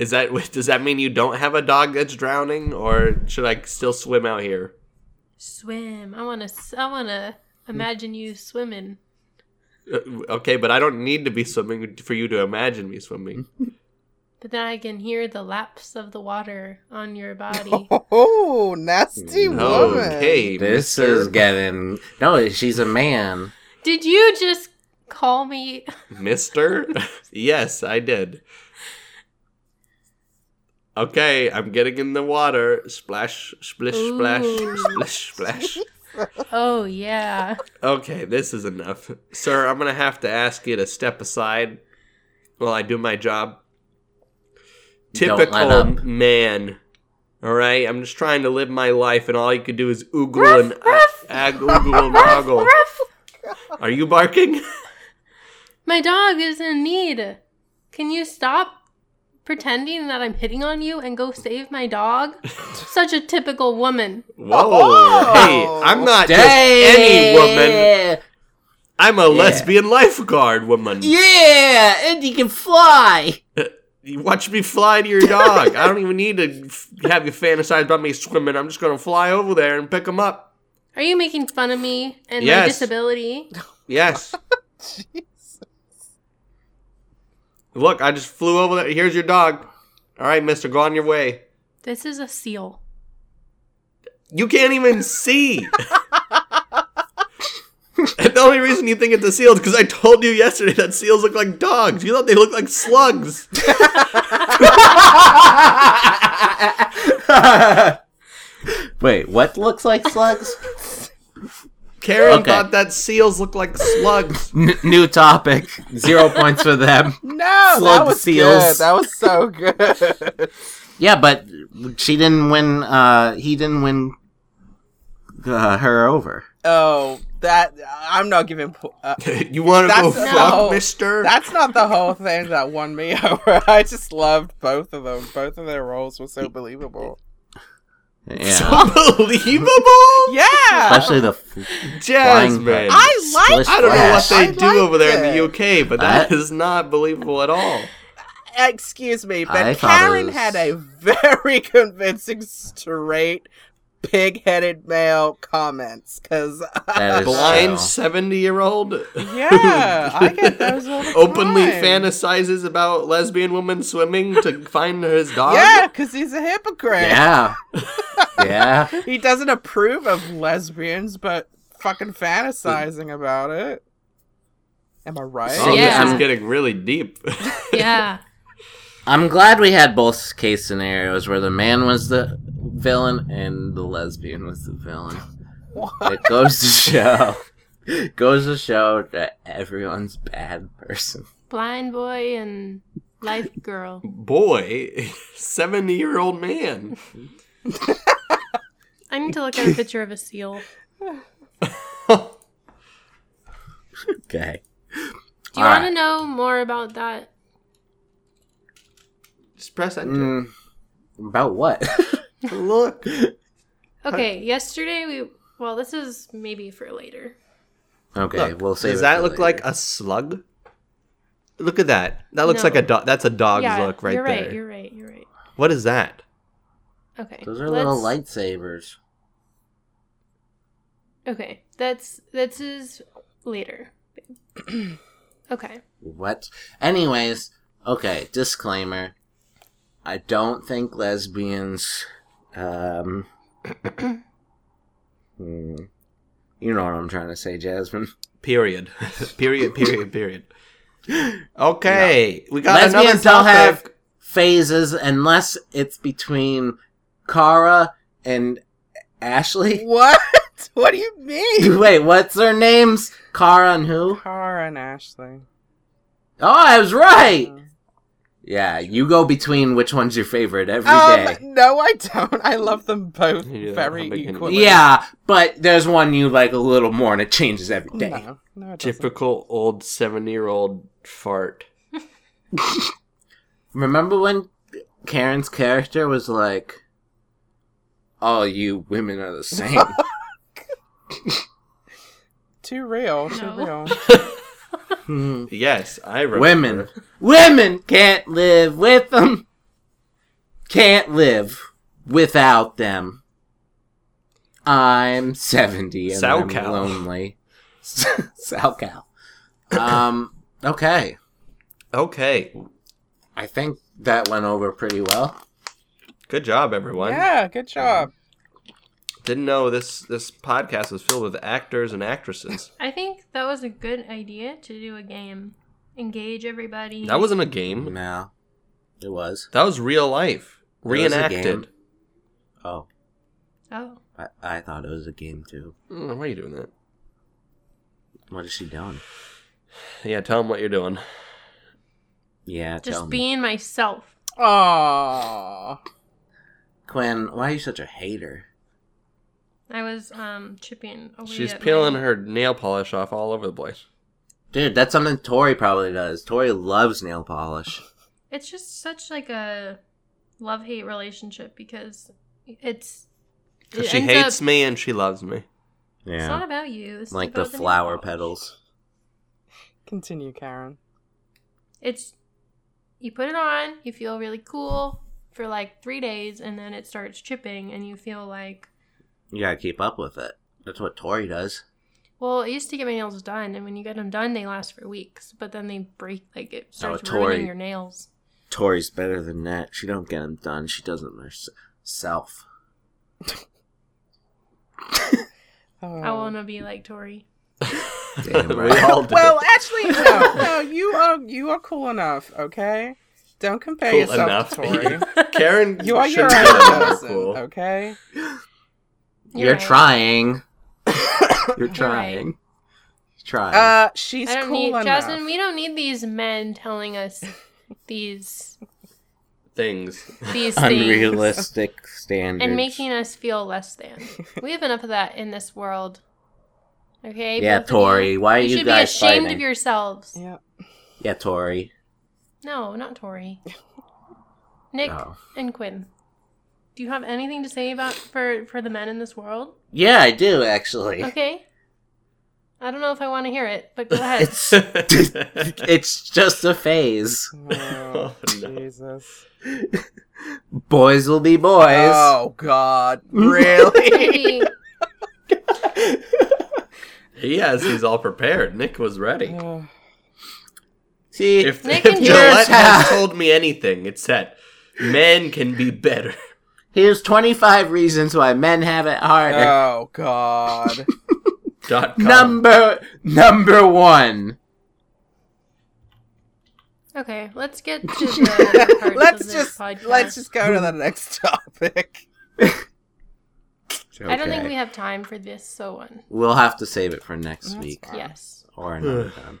S2: Is that does that mean you don't have a dog that's drowning, or should I still swim out here?
S3: Swim. I wanna. s- I wanna imagine you swimming.
S2: Uh, Okay, but I don't need to be swimming for you to imagine me swimming.
S3: But then I can hear the laps of the water on your body.
S4: Oh, nasty
S1: No,
S4: woman.
S2: Okay,
S1: This
S2: mister.
S1: is getting. No, she's a man.
S3: Did you just call me?
S2: Mister? yes, I did. Okay, I'm getting in the water. Splash, splish, splash,
S3: Ooh.
S2: splish, splash.
S3: Oh yeah.
S2: Okay, this is enough. Sir, I'm going to have to ask you to step aside while I do my job.
S1: Don't
S2: Typical
S1: let up.
S2: man. All right, I'm just trying to live my life, and all you could do is oogle and
S3: ruff.
S2: ag oogle and ogle.
S3: Ruff.
S2: Are you barking?
S3: My dog is in need. Can you stop pretending that I'm hitting on you and go save my dog? Such a typical woman.
S2: Whoa!
S4: Oh.
S2: Hey, I'm not just
S1: Dang.
S2: any woman. I'm a lesbian lifeguard woman.
S1: Yeah, and you can fly.
S2: You watch me fly to your dog. I don't even need to f- have you fantasize about me swimming. I'm just gonna fly over there and pick him up.
S3: Are you making fun of me and my
S2: Yes.
S3: disability?
S2: Yes.
S4: Jeez.
S2: Look, I just flew over there. Here's your dog. All right, Mister, go on your way.
S3: This is a seal.
S2: You can't even see. and the only reason you think it's a seal is because I told you yesterday that seals look like dogs. You thought they looked like slugs.
S1: Wait, what looks like slugs?
S2: Karen
S1: Okay.
S2: thought that seals look like slugs.
S1: N- new topic. Zero points for them.
S4: No, that
S1: Slug
S4: was
S1: seals.
S4: good. That was so good.
S1: Yeah, but she didn't win. Uh, he didn't win uh, her over.
S4: Oh, that I'm not giving. Po- uh,
S2: you want to go
S4: That's-
S2: fuck,
S4: no.
S2: Mister?
S4: that's not the whole thing that won me over. I just loved both of them. Both of their roles were so believable.
S1: Yeah,
S2: So believable,
S4: Yeah,
S1: especially the f-
S2: Jasmine.
S1: flying.
S4: I like-
S1: splish
S2: I don't know what
S1: splash.
S2: they
S4: I
S2: do
S4: liked
S2: over there in
S4: it.
S2: the UK, but that is not believable at all.
S4: excuse me, but
S1: I thought it
S4: Karen
S1: was-
S4: had a very convincing straight. Pig-headed male comments, because
S1: That is
S2: Blind
S1: so-
S2: seventy-year-old.
S4: yeah, I get those all the
S2: Openly
S4: time.
S2: fantasizes about lesbian women swimming to find his dog.
S4: Yeah, because he's a hypocrite.
S1: Yeah, yeah.
S4: He doesn't approve of lesbians, but fucking fantasizing about it. Am I right?
S2: Oh,
S3: Yeah.
S2: this is getting really deep.
S3: Yeah.
S1: I'm glad we had both case scenarios where the man was the villain and the lesbian was the villain.
S4: What?
S1: It goes to show, goes to show that everyone's a bad person.
S3: Blind boy and life girl.
S2: Boy, seventy-year-old man.
S3: I need to look at a picture of a seal.
S1: Okay.
S3: Do you
S1: All
S3: want
S1: right.
S3: to know more about that?
S2: Just press enter.
S1: Mm, about what? Mm.
S2: Look.
S3: Okay, yesterday we. Well, this is maybe for later.
S1: Okay,
S2: Look,
S1: we'll save.
S2: Does
S1: it
S2: that
S1: for
S2: look
S1: later.
S2: like a slug? Look at that. That looks
S3: No.
S2: like a dog. That's a dog's look right
S3: you're
S2: there.
S3: right. You're right. You're right.
S2: What is that?
S3: Okay.
S1: Those are little
S3: let's-
S1: lightsabers.
S3: Okay, that's that's is later. okay.
S1: What? Anyways, okay. Disclaimer: I don't think lesbians, um, hmm, you know what I'm trying to say, Jasmine.
S2: Period. period. Period. Period. Okay, we got another
S1: Lesbians don't
S2: topic.
S1: have phases unless it's between Kara and Ashley.
S4: What? What do you mean?
S1: Wait, what's their names? Kara and who?
S4: Cara and Ashley.
S1: Oh, I was right.
S4: Um,
S1: Yeah, you go between which one's your favorite every day.
S4: Um, no, I don't. I love them both
S2: You don't
S4: very
S2: have a good-
S4: equally.
S1: Yeah, but there's one you like a little more, and it changes every day.
S4: No, no, it doesn't.
S2: Typical old seven-year-old fart.
S1: Remember when Karen's character was like, "All you women are the same."
S4: Too real. Too
S3: No.
S4: real.
S1: Hmm.
S2: Yes, I remember.
S1: women, women can't live with them. Can't live without them. I'm seventy and
S2: Sow
S1: I'm
S2: cow.
S1: lonely. Sow cow. Um. Okay.
S2: Okay,
S1: I think that went over pretty well.
S2: good job, everyone.
S4: Yeah, good job.
S2: Didn't know this this podcast was filled with actors and actresses.
S3: I think that was a good idea to do a game. Engage everybody.
S2: That wasn't a game.
S1: No, it was.
S2: That was real life,
S1: was a game.
S2: reenacted.
S1: Oh,
S3: Oh.
S1: I, I thought it was a game too.
S2: Mm, Why are you doing that?
S1: What is she doing?
S2: Yeah, tell them what you're doing.
S1: Yeah, tell
S3: Just
S1: me.
S3: being myself.
S4: Aww.
S1: Quinn, why are you such a hater?
S3: I was um chipping away.
S2: She's
S3: at
S2: peeling
S3: my-
S2: her nail polish off all over the place.
S1: Dude, that's something Tori probably does. Tori loves nail polish.
S3: It's just such like a love hate relationship because it's.
S2: 'Cause
S3: it
S2: she
S3: ends
S2: hates
S3: up-
S2: me and she loves me.
S3: It's not about you. This is
S1: Like the
S3: about new
S1: flower
S3: world.
S1: petals.
S4: Continue, Karen.
S3: It's you put it on, you feel really cool for like three days, and then it starts chipping, and you feel like,
S1: You gotta keep up with it. That's what Tori does.
S3: well, I used to get my nails done, and when you get them done, they last for weeks, but then they break, like it starts
S1: Tori.
S3: ruining your nails.
S1: Tori's better than that. She don't get them done. She does them herself.
S4: Oh.
S3: I want to be like Tori.
S1: Damn
S2: We
S1: right.
S2: all do.
S4: Well, actually, no, no. You are you are cool enough. Okay, don't compare
S2: Cool
S4: yourself to
S2: enough.
S4: Tori.
S2: Karen,
S4: You are your own
S2: shouldn't feel that we're
S4: person,
S2: cool.
S4: okay?
S1: You're
S3: right.
S1: trying. You're
S3: trying.
S1: trying. Trying.
S4: Uh, she's
S3: I don't
S4: cool
S3: need
S4: enough.
S3: Jasmine. We don't need these men telling us these
S2: things.
S3: these things
S1: unrealistic standards.
S3: and making us feel less than. We have enough of that in this world. Okay.
S1: yeah,
S3: both of you.
S1: Tori, why are
S3: You
S1: you,
S3: should be
S1: guys
S3: ashamed
S1: fighting?
S3: of yourselves.
S4: Yeah.
S1: Yeah, Tori.
S3: No, not Tori. Nick
S1: Oh.
S3: and Quinn. Do you have anything to say about for for the men in this world?
S1: Yeah, I do actually.
S3: Okay. I don't know if I want to hear it, but go ahead.
S1: It's it's just a phase.
S4: Oh,
S2: Oh, no.
S4: Jesus.
S1: Boys will be boys.
S4: Oh God! Really?
S3: Maybe-
S2: he has he's all prepared. Nick was ready.
S4: Ugh.
S1: See,
S2: If,
S3: Oh. Nick
S2: if
S3: and Jared
S2: Gillette has
S1: have-
S2: told me anything, it's that men can be better.
S1: here's 25 reasons why men have it hard.
S4: oh God!
S2: Dot com.
S1: number number one.
S3: okay, let's get to the other parts of
S4: let's
S3: this
S4: just
S3: podcast.
S4: let's just go to the next topic.
S3: I don't think
S1: Okay.
S3: we have time for this so on.
S1: We'll have to save it for next
S4: That's
S1: week
S4: fine.
S3: Yes.
S1: or another time.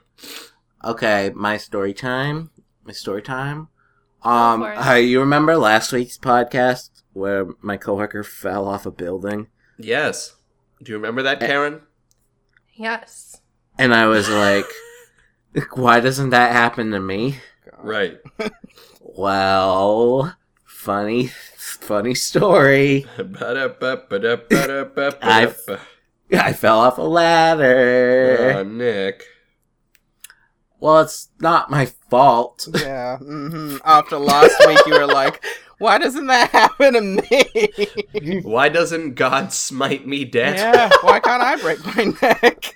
S1: Okay, my story time. My story time. Um,
S3: for it.
S1: uh, you remember last week's podcast where my coworker fell off a building,
S2: Yes. Do you remember that,
S1: Eh.
S2: Karen?
S3: Yes.
S1: and I was like, "Why doesn't that happen to me?"
S4: God.
S2: Right.
S1: Well, funny, funny story.
S2: I've...
S1: I've- I fell off a ladder.
S2: Uh, Nick.
S1: well, it's not my fault.
S4: Yeah. hmm After last week, you were like, "Why doesn't that happen to me?"
S2: Why doesn't God smite me dead?
S4: yeah. Why can't I break my neck?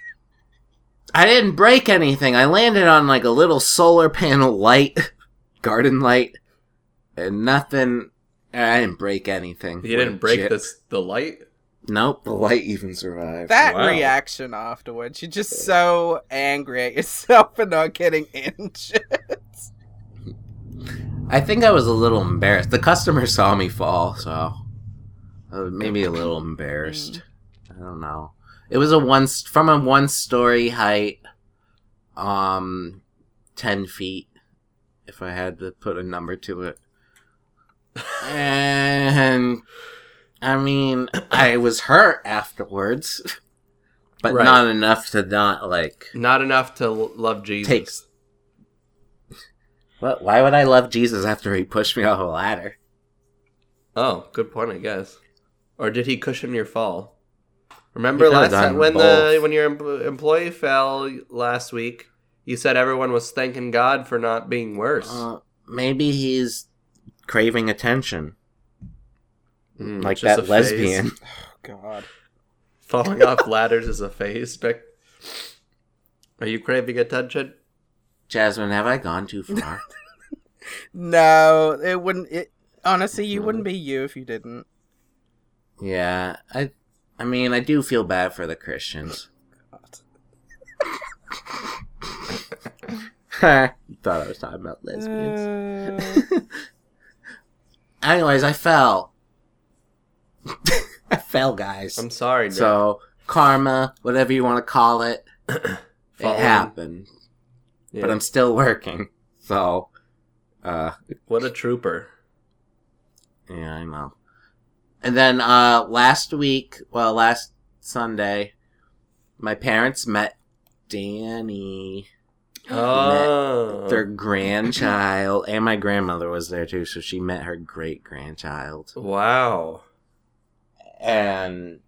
S1: I didn't break anything. I landed on like a little solar panel light, garden light, and nothing. I didn't break anything.
S2: You didn't break
S1: Legit.
S2: this the light?
S1: Nope, the light even survived.
S4: That
S2: Wow.
S4: reaction afterwards, you're just so angry at yourself for not getting injured.
S1: I think I was a little embarrassed. The customer saw me fall, so uh, maybe a little embarrassed. I don't know. It was a one from a one story height, um, ten feet. If I had to put a number to it, and I mean, I was hurt afterwards, but
S2: Right.
S1: not enough to not like.
S2: Not enough to l- love Jesus.
S1: Takes- What? Why would I love Jesus after he pushed me off a ladder?
S2: Oh, good point, I guess. Or did he cushion your fall? Remember
S1: He could've
S2: last time
S1: done
S2: when the
S1: both.
S2: when your em- employee fell last week, you said everyone was thanking God for not being worse.
S1: Uh, maybe he's craving attention,
S2: Mm,
S1: like
S2: it's just a
S1: that
S2: phase.
S1: lesbian.
S4: Oh God.
S2: falling off ladders is a phase. Nick. Are you craving attention?
S1: Jasmine, have I gone too far?
S4: No, it wouldn't. It honestly, you wouldn't be you if you didn't.
S1: yeah, I, I mean, I do feel bad for the Christians. Thought I was talking about lesbians.
S4: Uh,
S1: Anyways, I fell. I fell, guys.
S2: I'm sorry, Nick.
S1: so karma, whatever you want to call it,
S2: Falling-
S1: it happened.
S2: yeah.
S1: But I'm still working, so uh,
S2: what a trooper.
S1: Yeah, I know. And then uh last week, well last Sunday, my parents met Danny,
S2: Oh,
S1: their grandchild, and my grandmother was there too, so she met her great grandchild.
S2: wow.
S1: And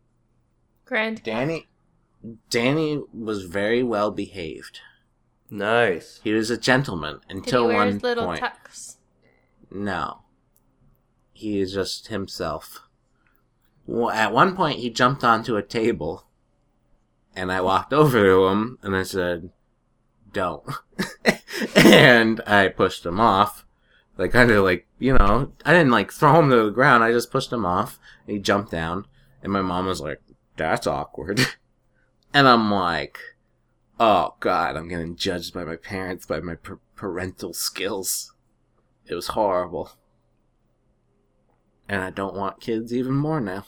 S3: Grand.
S1: Danny Danny was very well behaved.
S2: Nice.
S1: He was a gentleman
S3: Did he
S1: until
S3: wear
S1: one
S3: his little
S1: point.
S3: tucks?
S1: No. He is just himself. Well, at one point, he jumped onto a table, and I walked over to him, and I said, Don't. and I pushed him off. Like, kind of like, you know, I didn't like throw him to the ground, I just pushed him off. And he jumped down, and my mom was like, That's awkward. and I'm like, Oh, God, I'm getting judged by my parents, by my par- parental skills. It was horrible. And I don't want kids even more now.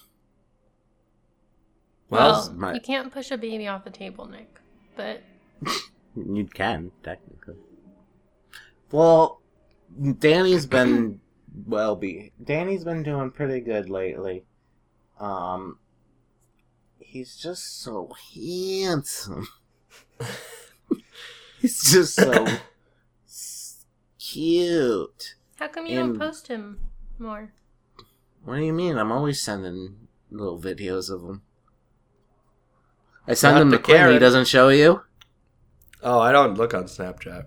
S2: Well,
S3: Well,
S1: my-
S3: you can't push a baby off the table, Nick. But
S1: You can, technically. Well, Danny's been well be. Danny's been doing pretty good lately. Um, he's just so handsome. he's just so s- cute.
S3: How come you
S1: And-
S3: don't post him more?
S1: What do you mean? I'm always sending little videos of him. I send
S2: Not
S1: them to
S2: the
S1: Quinn. He
S2: carrot.
S1: doesn't show you.
S2: Oh, I don't look on Snapchat.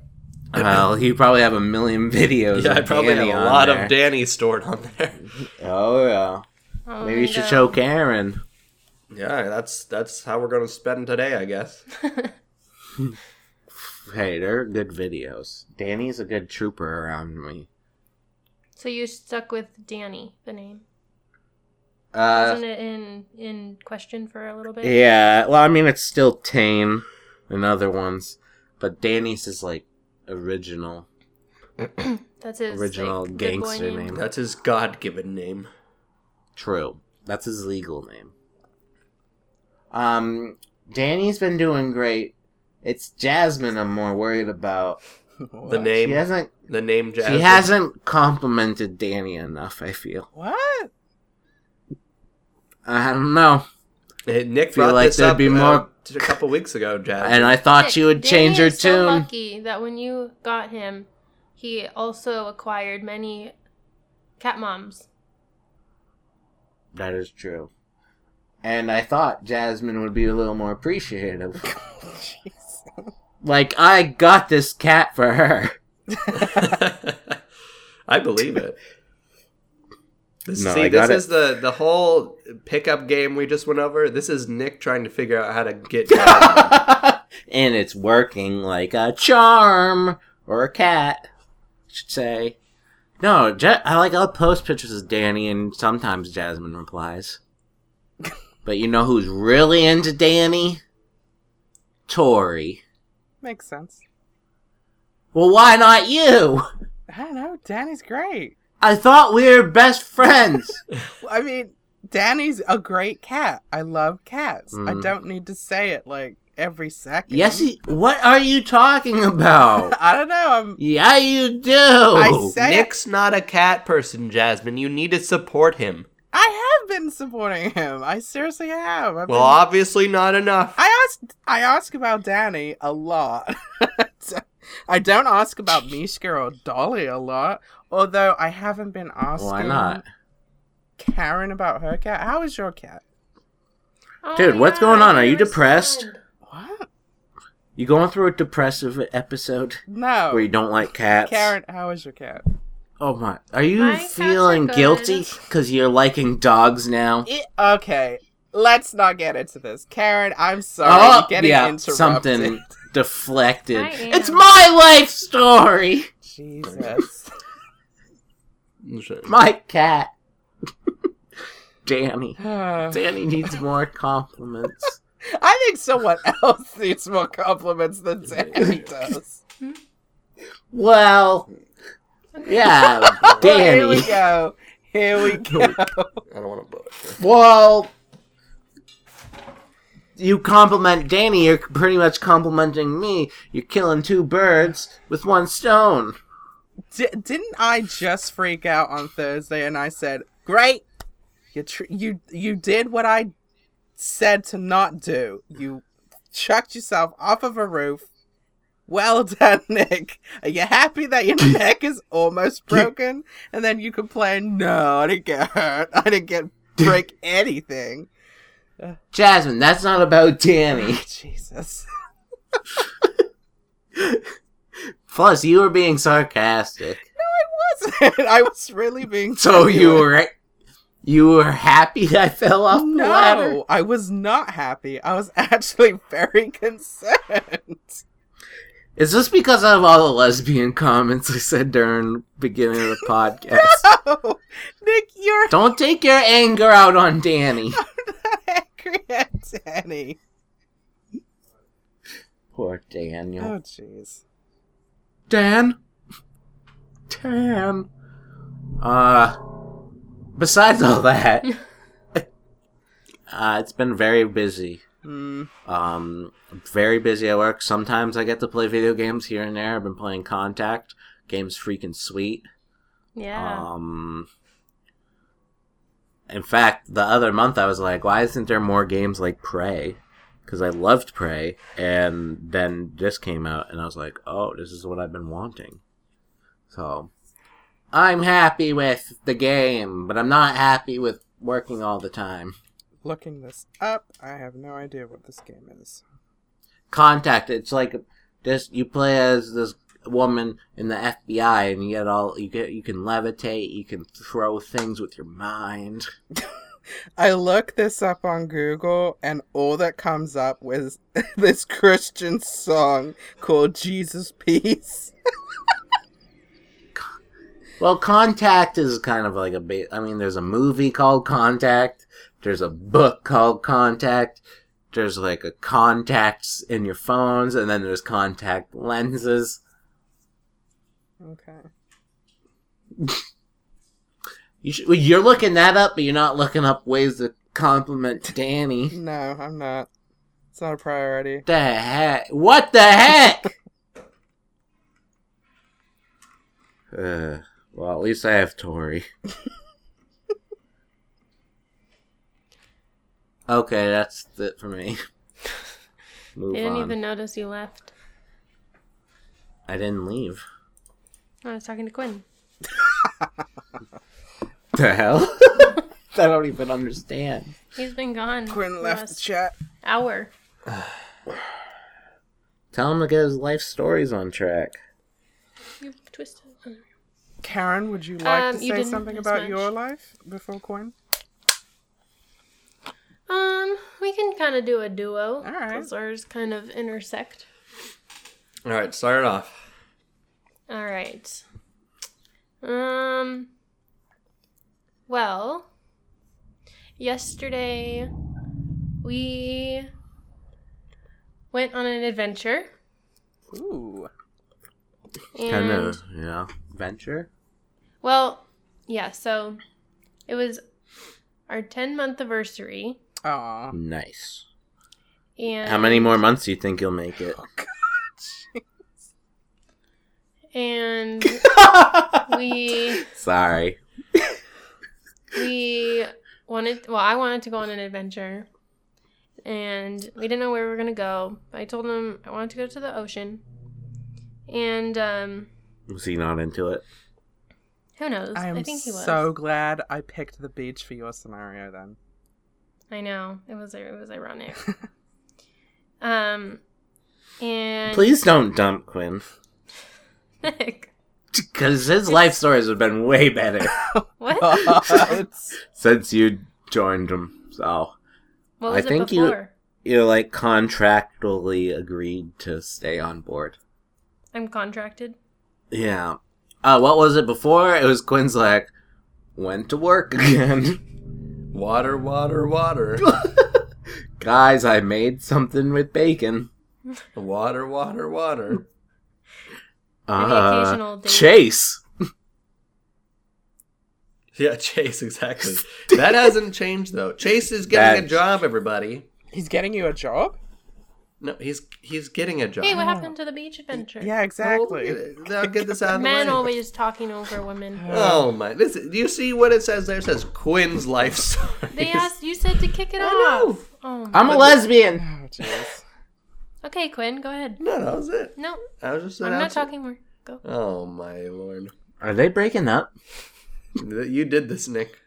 S1: Well, you probably have a million videos.
S2: Yeah,
S1: of
S2: I probably
S1: Danny
S2: have
S1: on
S2: a lot
S1: there.
S2: of Danny stored on there.
S1: Oh yeah.
S3: Oh
S1: Maybe
S3: my
S1: you should
S3: God.
S1: show Karen.
S2: Yeah, that's that's how we're gonna spend today, I guess.
S1: Hey, they're good videos. Danny's a good trooper around me.
S3: so you stuck with Danny, the name.
S1: Uh,
S3: Wasn't it in in question for a little bit?
S1: yeah. Well, I mean, it's still tame and other ones, but Danny's is like original.
S3: That's his
S1: Original
S3: like, good boy
S1: gangster name.
S2: That's his god-given name.
S1: True. That's his legal name. Um, Danny's been doing great. It's Jasmine I'm more worried about.
S2: The
S1: She
S2: name,
S1: hasn't.
S2: the name. Jasmine.
S1: She hasn't complimented Danny enough. I feel.
S4: What?
S1: I don't know.
S2: Hey, Nick
S1: Feel
S2: brought
S1: like
S2: this
S1: there'd
S2: up
S1: be
S2: uh,
S1: more-
S2: a couple weeks ago, Jasmine.
S1: And I thought you would
S3: Danny
S1: change your
S3: is so
S1: tune.
S3: lucky that when you got him, he also acquired many cat moms.
S1: That is true. And I thought Jasmine would be a little more appreciative.
S4: Jeez.
S1: Like, I got this cat for her.
S2: I believe it. This,
S1: No,
S2: see,
S1: I
S2: this
S1: got it.
S2: is the the whole pickup game we just went over. This is Nick trying to figure out how to get. Jasmine.
S1: and it's working like a charm or a cat, I should say. No, Ja- I like I'll post pictures of Danny, and sometimes Jasmine replies. but you know who's really into Danny? Tori.
S4: Makes sense.
S1: Well, why not you?
S4: I don't know. Danny's great.
S1: I thought we were best friends.
S4: I mean, Danny's a great cat. I love cats.
S1: Mm.
S4: I don't need to say it like every second.
S1: yes, he, what are you talking about?
S4: I don't know. I'm.
S1: yeah, you do.
S4: I say it.
S2: Nick's not a cat person, Jasmine. You need to support him.
S4: I have been supporting him. I seriously have. I've
S2: Well,
S4: been-
S2: obviously not enough.
S4: I asked. I ask about Danny a lot. I don't ask about Mishka or Dolly a lot. Although I haven't been asking.
S1: Why not?
S4: Karen about her cat. How is your cat?
S3: Oh
S1: Dude,
S3: my
S1: what's
S3: God,
S1: going on? Are
S3: they
S1: you
S3: were so
S1: depressed?
S3: good.
S4: What?
S1: You going through a depressive episode
S4: No.
S1: where you don't like cats?
S4: Oh. Karen, how is your cat?
S1: Oh my! Are you
S3: My cats are
S1: feeling
S3: good.
S1: guilty because you're liking dogs now?
S4: It, okay, let's not get into this. Karen, I'm sorry.
S1: oh,
S4: you're getting
S1: yeah,
S4: interrupted.
S1: something deflected.
S3: I am.
S1: It's my life story.
S4: Jesus.
S1: My cat, Danny.
S4: I
S1: Danny needs more compliments.
S4: think someone else needs more compliments than Danny does.
S1: Well, yeah,
S4: Here
S1: Danny.
S4: we go. Here we go.
S2: I don't want to blow it.
S1: Well, you compliment Danny, you're pretty much complimenting me. You're killing two birds with one stone.
S4: D- didn't I just freak out on Thursday and I said, "Great, you tr- you you did what I said to not do. You chucked yourself off of a roof. Well done, Nick. Are you happy that your neck is almost broken?" And then you complain, "No, I didn't get hurt. I didn't get break anything."
S1: Jasmine, that's not about Danny.
S4: Jesus.
S1: Plus, you were being sarcastic.
S4: I was really being
S1: So you
S4: genuine.
S1: were you were happy I fell off the ladder.
S4: No, I was not happy. I was actually very concerned.
S1: Is this because of all the lesbian comments I said during the beginning of the podcast?
S4: Oh, Nick, you're
S1: Don't take your anger out on Danny.
S4: not angry at Danny.
S1: Poor Daniel.
S4: Oh, jeez.
S1: Dan. Dan. Uh, besides all that, uh, it's been very busy.
S4: Mm,
S1: Um, very busy at work. Sometimes I get to play video games here and there. I've been playing Contact. Game's freaking sweet.
S3: Yeah.
S1: Um, in fact, the other month I was like, why isn't there more games like Prey? Because I loved Prey, and then this came out, and I was like, oh, this is what I've been wanting. So, I'm happy with the game, but I'm not happy with working all the time.
S4: Looking this up, I have no idea what this game is.
S1: Contact, it's like this you play as this woman in the FBI and you get all you get you can levitate, you can throw things with your mind.
S4: I look this up on Google, and all that comes up was this Christian song called Jesus Peace.
S1: Well, Contact is kind of like a ba- I mean, there's a movie called Contact. There's a book called Contact. There's like a contacts in your phones, and then there's contact lenses.
S4: Okay.
S1: You should, well, you're looking that up, but you're not looking up ways to compliment Danny.
S4: No, I'm not. It's not a priority.
S1: The heck? What the heck? uh, well, at least I have Tori. okay, that's it for me. Move
S3: They didn't
S1: on.
S3: even notice you left.
S1: I didn't leave.
S3: I was talking to Quinn.
S1: The hell? I don't even understand.
S3: He's been gone. for
S4: Quinn
S3: the
S4: left the
S3: last
S4: chat.
S3: Hour.
S1: Tell him to get his life stories on track.
S3: You twisted.
S4: Karen, would you like
S3: Um,
S4: to
S3: you
S4: say
S3: didn't
S4: something
S3: miss
S4: about
S3: much.
S4: your life before Quinn?
S3: Um, we can kind of do a duo.
S4: right.
S3: Because ours kind of intersect.
S2: All right, start it off.
S3: All right. Um. Well, yesterday we went on an adventure.
S4: Ooh.
S3: And,
S1: Kind of, you know, venture.
S3: Well, yeah. So it was our ten month anniversary, Oh.
S4: Aw.
S1: Nice.
S3: and
S1: How many more months do you think you'll make it?
S3: And we
S1: Sorry.
S3: we wanted well i wanted to go on an adventure and we didn't know where we were going to go but i told him i wanted to go to the ocean and um
S1: Was he not into it?
S3: who knows
S4: I
S3: i,
S4: am
S3: think he was
S4: so glad I picked the beach for your scenario then.
S3: i know it was it was ironic um and
S1: Please don't dump Quinn. Because his life stories have been way better
S3: what
S1: Uh,
S4: God.
S1: since you joined him. So,
S3: what
S1: I
S3: was it
S1: think you-
S3: before
S1: you're like contractually agreed to stay on board.
S3: i'm contracted
S1: Yeah. Uh, what was it before? It was Quinn's like, went to work again.
S2: Water, water, water.
S1: Guys, I made something with bacon.
S2: water, water, water.
S1: Uh,
S3: occasional date.
S1: Chase.
S2: Yeah, Chase, exactly. That hasn't changed though. Chase is getting a
S1: That's-
S2: job, everybody.
S4: He's getting you a job?
S2: No, he's he's getting a job.
S3: hey what happened to the beach adventure
S4: Yeah, exactly.
S2: Well, I'll get this out of the
S3: men
S2: way.
S3: always talking over women
S2: Oh my! This is- do you see what it says there? It says Quinn's life story.
S3: they asked you said to kick it
S2: I know.
S3: off oh
S1: I'm a lesbian.
S4: Oh, jeez.
S3: okay quinn go ahead
S2: No, that was it.
S3: no
S2: I was just
S3: I'm not
S2: announcing-
S3: talking more. Go.
S2: Oh my lord!
S1: Are they breaking up?
S2: You did this, Nick.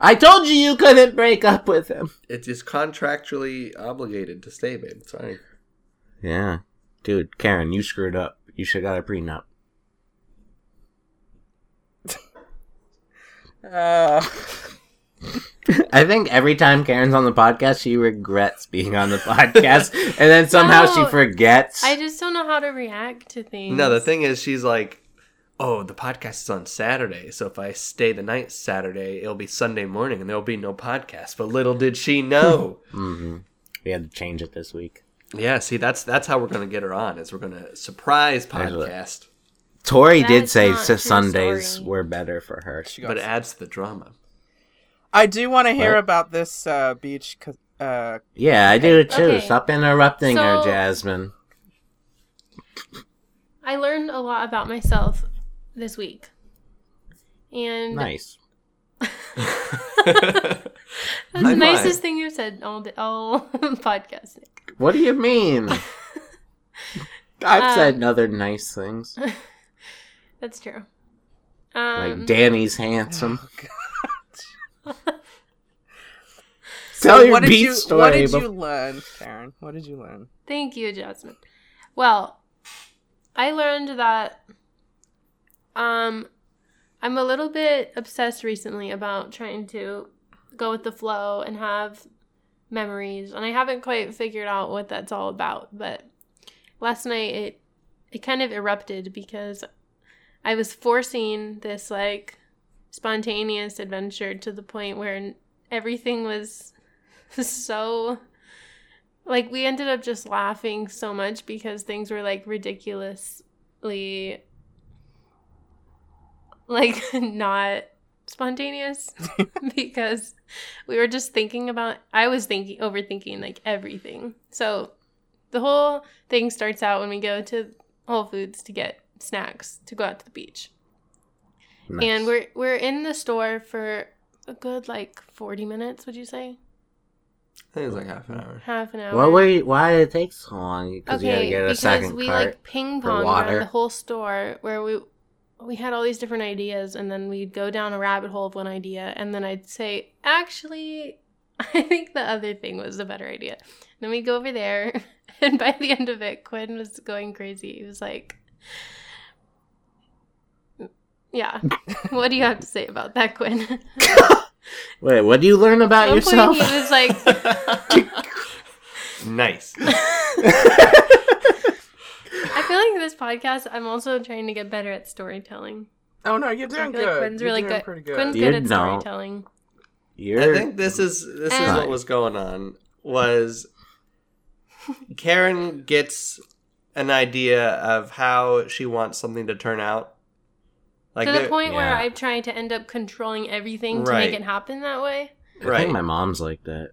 S1: I told you you couldn't break up with him.
S2: It is contractually obligated to stay, babe. Sorry.
S1: Yeah. Dude, Karen, you screwed up. You should got a prenup.
S4: Uh,
S1: I think every time Karen's on the podcast, she regrets being on the podcast, and then somehow
S3: No.
S1: she forgets.
S3: I just don't know how to react to things.
S2: No, the thing is, she's like, "Oh, the podcast is on Saturday, so if I stay the night Saturday, it'll be Sunday morning, and there'll be no podcast." But little did she know.
S1: Mhm. We had to change it this week.
S2: yeah, see, that's that's how we're gonna get her on. Is we're gonna surprise
S1: Actually-
S2: podcast,
S1: Tori
S3: That
S1: did
S3: is
S1: say
S3: not
S1: s-
S3: true
S1: Sundays
S3: story.
S1: were better for her.
S4: she
S2: but
S4: got
S2: it adds to the drama.
S4: I do want to hear
S1: What?
S4: about this uh, beach. ca- Uh,
S1: Yeah, I do too.
S3: Okay.
S1: Stop interrupting her,
S3: So-
S1: Jasmine.
S3: I learned a lot about myself this week. And
S1: Nice.
S3: that's
S2: My
S3: the nicest
S2: mind.
S3: thing you've said all day, all podcast. Nick.
S1: What do you mean? I've
S3: Um,
S1: said other nice things.
S3: That's true. Um,
S1: like Danny's handsome.
S4: Oh, God.
S1: Tell your
S4: what did
S1: beat
S4: you,
S1: story.
S4: What did
S1: bef-
S4: you learn, Karen? What did you learn?
S3: Thank you, Jasmine. Well, I learned that um I'm a little bit obsessed recently about trying to go with the flow and have memories, and I haven't quite figured out what that's all about, but last night it it kind of erupted because I was forcing this like spontaneous adventure to the point where everything was so like we ended up just laughing so much because things were like ridiculously like not spontaneous because we were just thinking about I was thinking overthinking like everything. So the whole thing starts out when we go to Whole Foods to get snacks to go out to the beach.
S1: Nice.
S3: And we're we're in the store for a good like 40 minutes, would you say?
S2: think it's like half an hour.
S3: Half an hour.
S1: Well, wait, why did it take so long? Because you had to
S3: Okay,
S1: get a
S3: because
S1: second
S3: we
S1: cart.
S3: like ping ponged
S1: water.
S3: around the whole store where we we had all these different ideas, and then we'd go down a rabbit hole of one idea, and then I'd say, actually, I think the other thing was the better idea. Then we'd go over there, and by the end of it, Quinn was going crazy. He was like, "Yeah, what do you have to say about that, Quinn?"
S1: Wait, what do you learn
S3: At
S1: about
S3: one point,
S1: yourself?
S3: he was like,
S2: nice.
S3: "I feel like this podcast, I'm also trying to get better at storytelling."
S4: Oh no, you're doing
S3: I feel like
S4: good.
S3: Quinn's
S4: you're
S3: really
S4: doing
S3: good.
S4: Pretty good.
S3: Quinn's
S1: You
S3: good at
S1: know.
S3: storytelling.
S1: You're
S2: I think this is this is
S3: Um,
S2: what was going on was Karen gets an idea of how she wants something to turn out. Like
S3: to the
S2: there-
S3: point where
S1: Yeah.
S3: I'm trying to end up controlling everything to
S2: Right.
S3: make it happen that way.
S1: I
S2: right.
S1: think my mom's like that.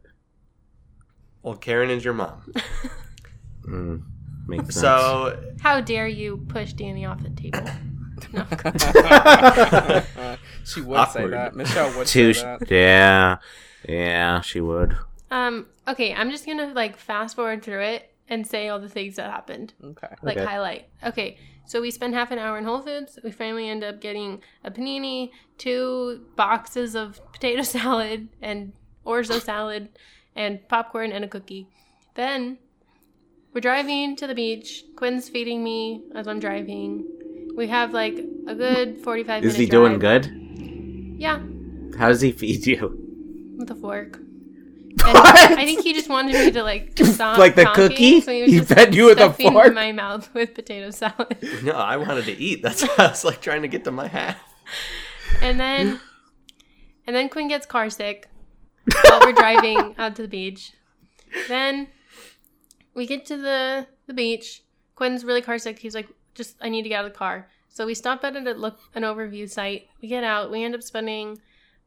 S2: Well, Karen is your mom.
S1: Mm, makes sense.
S2: So
S3: How dare you push Danny off the table? No.
S4: she would say
S2: Awkward.
S4: that. Michelle would say
S1: Too,
S4: that.
S1: yeah, yeah, she would.
S3: Um, okay, I'm just gonna like fast forward through it and say all the things that happened.
S4: Okay.
S3: Like
S1: Okay.
S3: highlight. Okay. So we spend half an hour in Whole Foods. We finally end up getting a panini, two boxes of potato salad and orzo salad and popcorn and a cookie. Then we're driving to the beach. Quinn's feeding me as I'm driving. We have like a good 45 minutes.
S1: Is he doing good?
S3: Yeah,
S1: How does he feed you?
S3: with a fork. And I think he just wanted me to like stop
S1: Like the
S3: talking,
S1: cookie?
S3: So he was
S1: He
S3: just
S1: fed you with a
S3: stuffing
S1: fork?
S3: my mouth with potato salad.
S2: no, I wanted to eat. That's why I was like trying to get to my half.
S3: And then and then Quinn gets car sick while we're driving out to the beach. Then we get to the the beach. Quinn's really car sick. He's like, just I need to get out of the car. So we stop at an look an overview site. We get out. We end up spending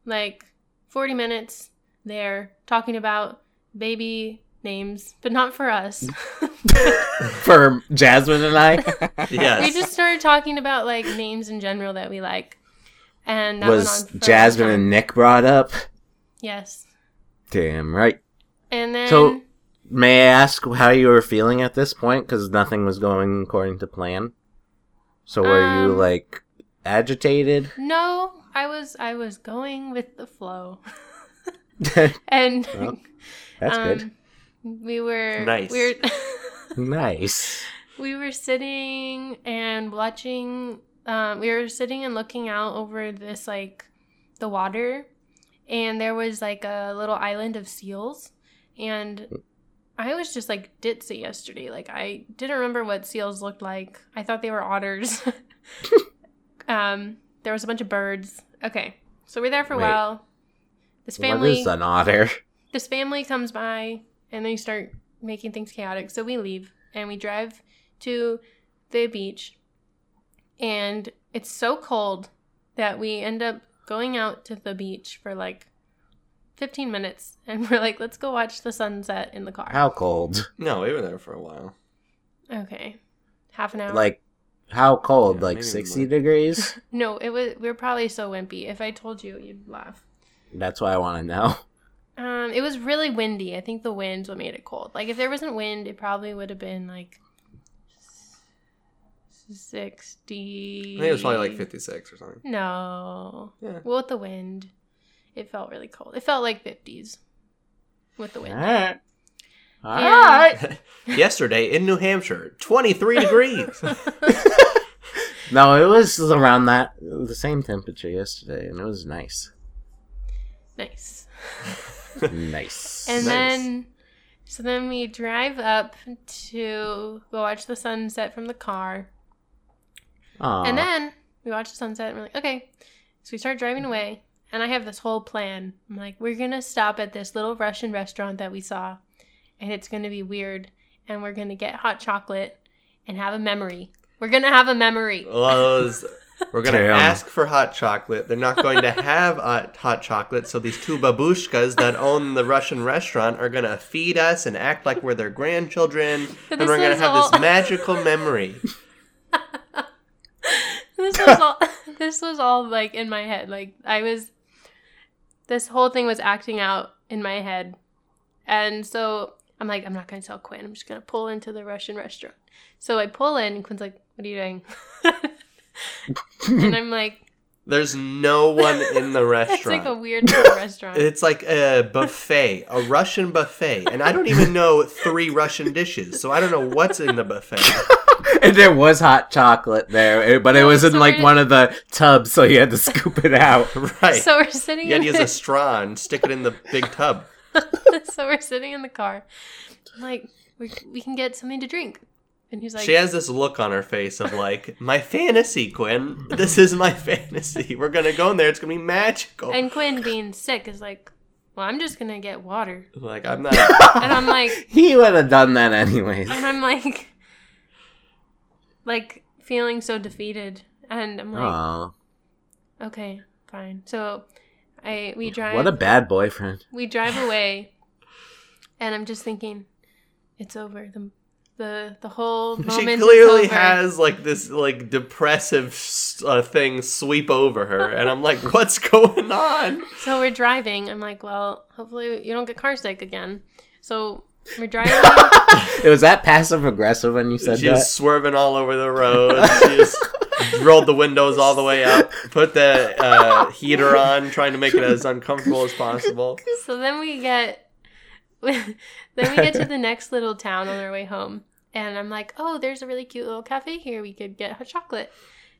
S3: like 40 minutes there talking about baby names, but not for us.
S1: For Jasmine and I,
S2: Yes.
S3: we just started talking about like names in general that we like. And that
S1: was
S3: went on for a long
S1: Jasmine
S3: time.
S1: and Nick brought up?
S3: Yes.
S1: Damn right.
S3: And then
S1: So- May I ask how you were feeling at this point? Because nothing was going according to plan. So were you
S3: Um,
S1: like agitated?
S3: no, I was I was going with the flow. And um,
S1: Well, That's good.
S3: We were
S2: Nice.
S3: We were, um,
S1: Nice.
S3: we were sitting and watching. Um, we were sitting and looking out over this like the water, and there was like a little island of seals, and I was just like ditzy yesterday. Like I didn't remember what seals looked like. I thought they were otters. um, there was a bunch of birds. Okay, so we're there for a
S1: Wait.
S3: while. This family
S1: What is an otter?
S3: this family comes by and they start making things chaotic. So we leave and we drive to the beach. And it's so cold that we end up going out to the beach for like 15 minutes. And we're like, let's go watch the sunset in the car.
S1: How cold?
S2: no, we were there for a while.
S3: Okay. Half an hour.
S1: Like How cold?
S2: Yeah,
S1: like
S2: maybe
S1: 60
S2: like-
S1: degrees?
S3: No, it was. We were probably so wimpy. If I told you, you'd laugh.
S1: That's what I want to know.
S3: Um, it was really windy. I think the wind's what made it cold. Like if there wasn't wind, it probably would have been like sixty.
S2: I think it was probably like 56 or something.
S3: No.
S2: Yeah.
S3: Well, with the wind, it felt really cold. It felt like fifties with the
S1: All
S3: wind.
S1: right. All
S3: And-
S1: right.
S2: Yesterday in New Hampshire, 23 degrees.
S1: No, it was around that the same temperature yesterday, and it was nice.
S3: nice.
S1: Nice.
S3: And
S2: Nice.
S3: then, so then we drive up to go watch the sunset from the car.
S1: Aw.
S3: And then we watch the sunset and we're like, okay. So we start driving away. And I have this whole plan. I'm like, we're going to stop at this little Russian restaurant that we saw. And it's going to be weird. And we're going to get hot chocolate and have a memory. We're going to have a memory.
S2: A lot of those. We're going to
S1: Damn.
S2: ask for hot chocolate. They're not going to have uh, hot chocolate. So these two babushkas that own the Russian restaurant are going to feed us and act like we're their grandchildren.
S3: But
S2: and we're
S3: this
S2: going to
S3: is
S2: have
S3: all-
S2: this magical memory.
S3: this was all this was all like in my head like i was this whole thing was acting out in my head and so i'm like i'm not gonna tell quinn i'm just gonna pull into the russian restaurant so i pull in and quinn's like what are you doing and i'm like
S2: There's no one in the
S3: it's like
S2: restaurant.
S3: a weird little restaurant
S2: It's like a buffet, a Russian buffet, and I don't even know three Russian dishes, so I don't know what's in the buffet.
S1: And there was hot chocolate there, eh, but it was in
S3: So
S1: like
S3: it-
S1: one of the tubs, so you had to scoop it out.
S2: Right.
S3: so we're sitting
S2: you had
S3: in
S2: to use a straw and stick it in the big tub.
S3: so we're sitting in the car I'm like we, we can get something to drink and he's like
S2: she has this look on her face of like, my fantasy, Quinn. This is my fantasy. We're gonna go in there. It's gonna be magical.
S3: and quinn being sick is like well i'm just gonna get water
S2: like I'm not.
S3: and I'm like,
S1: He would have done that anyways.
S3: and I'm like, like feeling so defeated, and I'm like,
S1: Oh,
S3: okay, fine. So, I we drive,
S1: what a bad boyfriend.
S3: we drive away, and I'm just thinking, it's over. The the the whole moment.
S2: She
S3: is
S2: clearly
S3: over.
S2: has like this like depressive s- uh, thing sweep over her, and I'm like, what's going on?
S3: So we're driving. I'm like, well, hopefully you don't get car sick again. So we're driving.
S1: It was that passive aggressive when you said
S2: she was swerving all over the road. She just rolled the windows all the way up, put the uh, heater on, trying to make it as uncomfortable as possible.
S3: so then we get then we get to the next little town on our way home and i'm like oh there's a really cute little cafe here we could get hot chocolate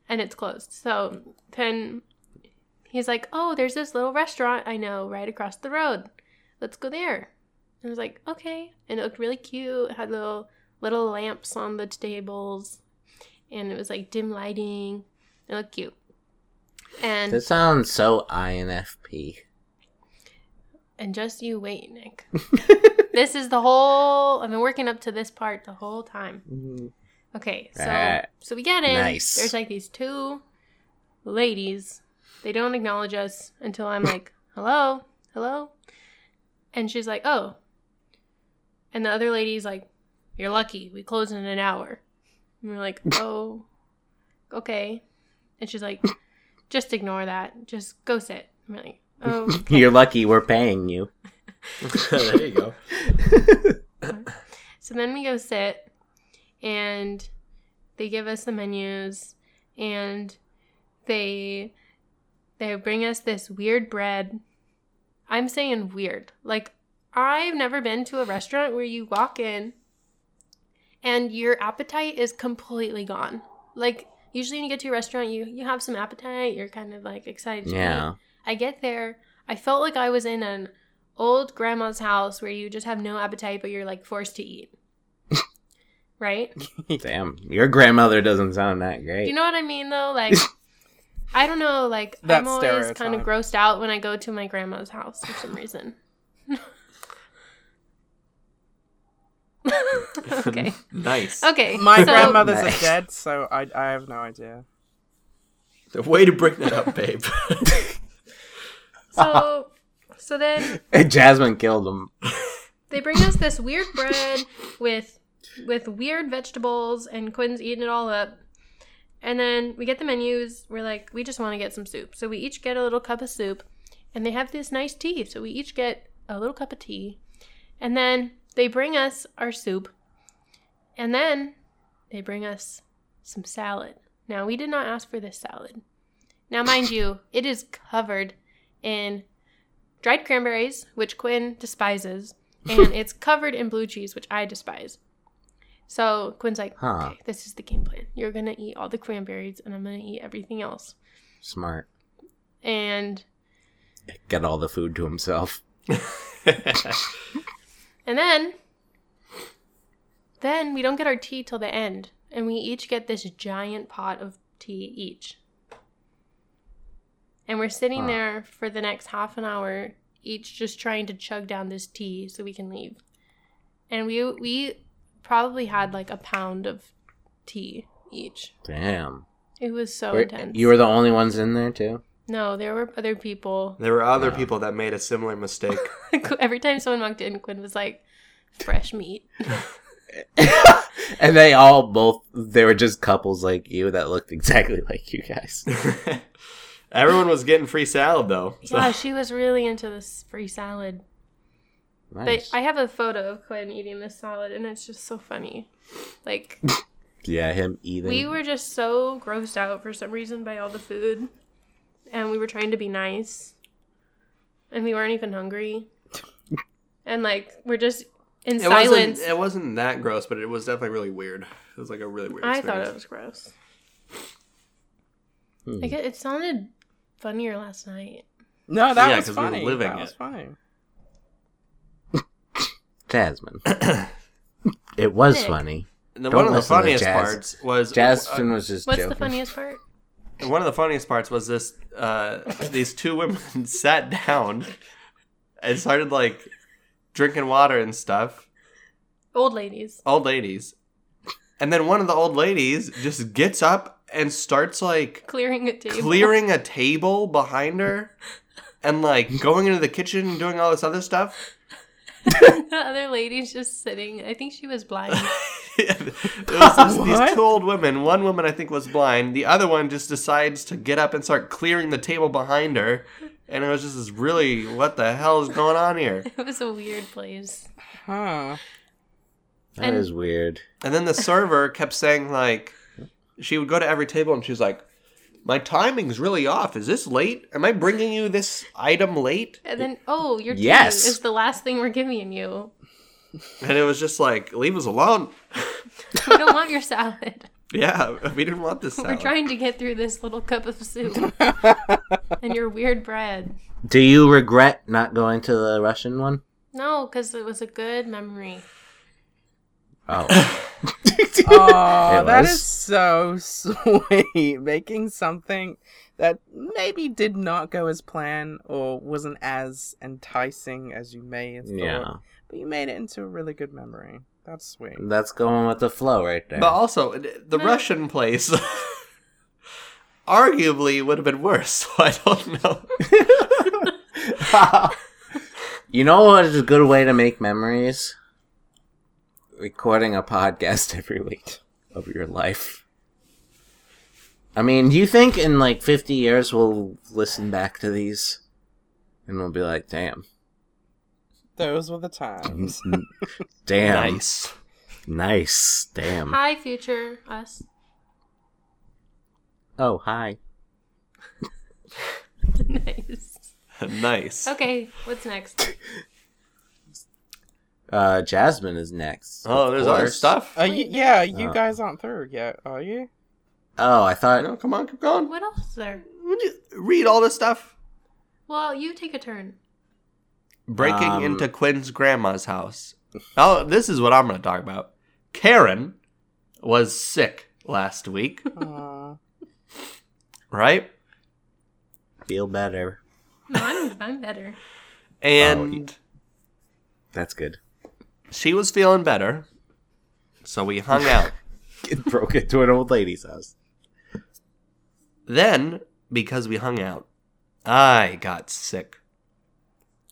S3: and it's closed so then he's like oh there's this little restaurant i know right across the road let's go there and i was like okay and it looked really cute it had little little lamps on the tables and it was like dim lighting it looked cute
S1: that.
S3: and
S1: That sounds so INFP.
S3: And just you wait, Nick. this is the whole. I've been working up to this part the whole time.
S4: Mm.
S3: Okay, so
S1: Right.
S3: so we get in.
S1: Nice.
S3: There's like these two ladies. They don't acknowledge us until I'm like, "Hello, hello," and she's like, "Oh," and the other lady's like, "You're lucky. We close in an hour." And we're like, "Oh, okay," and she's like, "Just ignore that. Just go sit." I'm like, "Oh." okay."
S1: You're lucky we're paying you.
S2: there you go.
S3: So then we go sit, and they give us the menus, and they they bring us this weird bread. I'm saying weird. Like I've never been to a restaurant where you walk in and your appetite is completely gone. Like usually when you get to a restaurant, you you have some appetite. You're kind of like excited. to eat.
S1: Yeah.
S3: I get there. I felt like I was in an old grandma's house where you just have no appetite, but you're like forced to eat. right?
S1: Damn. Your grandmother doesn't sound that great.
S3: You know what I mean, though? Like, I don't know. Like,
S4: That
S3: I'm always kind of
S4: stereotype.
S3: grossed out when I go to my grandma's house for some reason. okay.
S2: Nice.
S3: Okay.
S4: My
S3: so-
S4: grandmothers
S1: Nice.
S4: are dead, so I, I have no idea.
S2: The way to bring that up, babe.
S3: So, so then
S1: Jasmine killed him.
S3: they bring us this weird bread with with weird vegetables and quinn's eating it all up And then we get the menus. We're like, we just want to get some soup. So we each get a little cup of soup. And they have this nice tea. So we each get a little cup of tea. And then they bring us our soup. And then they bring us some salad. Now, we did not ask for this salad. Now, mind you, it is covered in dried cranberries, which Quinn despises, and it's covered in blue cheese, which I despise. So Quinn's like,
S1: Huh.
S3: okay, this is the game plan. You're going to eat all the cranberries, and I'm going to eat everything else.
S1: Smart.
S3: And
S1: Got all the food to himself.
S3: And then, then we don't get our tea till the end, and we each get this giant pot of tea each. And we're sitting
S1: Huh.
S3: there for the next half an hour, each just trying to chug down this tea so we can leave. And we we probably had like a pound of tea each.
S1: Damn.
S3: It was so
S1: Were-
S3: intense.
S1: you were the only ones in there too.
S3: no, there were other people.
S2: there were other
S1: Wow.
S2: people that made a similar mistake.
S3: Every time someone walked in, Quinn was like, "Fresh meat."
S1: and they all both they were just couples like you that looked exactly like you guys.
S2: Everyone was getting free salad though. so-
S3: Yeah, she was really into this free salad.
S1: Nice.
S3: But I have a photo of Quinn eating this salad, and it's just so funny. Like
S1: yeah, him eating.
S3: we were just so grossed out for some reason by all the food, and we were trying to be nice, and we weren't even hungry, and like we're just in
S2: it
S3: silence.
S2: Wasn't, it wasn't that gross, but it was definitely really weird. It was like a really weird.
S3: I thought
S2: experience.
S3: it was gross.
S1: Hmm.
S3: Like it, it sounded funnier last night.
S4: No, that
S2: Yeah,
S4: was
S2: 'cause we were
S4: funny.
S2: living
S4: that
S2: it.
S4: was funny.
S1: Jasmine. it was
S3: Nick.
S1: funny.
S2: And then
S1: Don't
S2: one of the
S1: listen to
S2: funniest
S1: Jazz.
S2: parts was
S1: Jasmine was just
S3: What's
S1: joking.
S3: the funniest part?
S2: uh, one of the funniest parts was this. Uh, these two women sat down and started like drinking water and stuff.
S3: Old ladies.
S2: Old ladies, and then one of the old ladies just gets up and starts like
S3: Clearing a table.
S2: clearing a table behind her and like going into the kitchen and doing all this other stuff.
S3: the other lady's just sitting. I think she was blind.
S2: it was just these
S4: What?
S2: two old women. One woman I think was blind. The other one just decides to get up and start clearing the table behind her. And it was just this really, what the hell is going on here?
S3: It was a weird place.
S4: Huh.
S1: That
S3: And-
S1: is weird.
S2: And then the server kept saying like, she would go to every table and she was like, my timing's really off. Is this late? Am I bringing you this item late?
S3: And then, oh, your tea
S1: Yes.
S3: is the last thing we're giving you.
S2: And it was just like, leave us alone.
S3: We don't want your salad.
S2: Yeah, we didn't want this
S3: We're
S2: salad.
S3: trying to get through this little cup of soup and your weird bread.
S1: Do you regret not going to the Russian one?
S3: No, because it was a good memory.
S1: Oh.
S4: Oh,
S1: It
S4: that
S1: was.
S4: is so sweet. Making something that maybe did not go as planned or wasn't as enticing as you may have thought.
S1: yeah.
S4: But you made it into a really good memory. That's sweet.
S2: Mm.
S1: That's going with the flow right there.
S2: But also, the
S3: Meh.
S2: Russian place arguably would have been worse, so I don't know.
S1: you know what is a good way to make memories? Recording a podcast every week of your life. I mean, do you think in like 50 years we'll listen back to these and we'll be like, damn.
S4: Those were the times.
S1: damn. Nice.
S2: Nice.
S1: Damn.
S3: Hi, future us.
S1: Oh, hi.
S3: nice.
S2: nice.
S3: Okay, what's next?
S1: Uh, Jasmine is next.
S2: Oh,
S1: of
S2: there's other
S1: course.
S2: stuff.
S4: Are you, yeah, you
S1: Uh.
S4: guys aren't through yet, are you?
S1: Oh, I thought.
S2: No, come on, keep going.
S3: What else is there?
S2: Would you read all this stuff?
S3: Well, you take a turn.
S2: Breaking
S1: Um,
S2: into Quinn's grandma's house. Oh, this is what I'm going to talk about. Karen was sick last week,
S4: Aw.
S2: right?
S1: Feel better.
S3: No, I'm, I'm better.
S2: Oh, And
S1: That's good.
S2: she was feeling better, so we hung out.
S1: It broke into an old lady's house.
S2: Then, because we hung out, I got sick.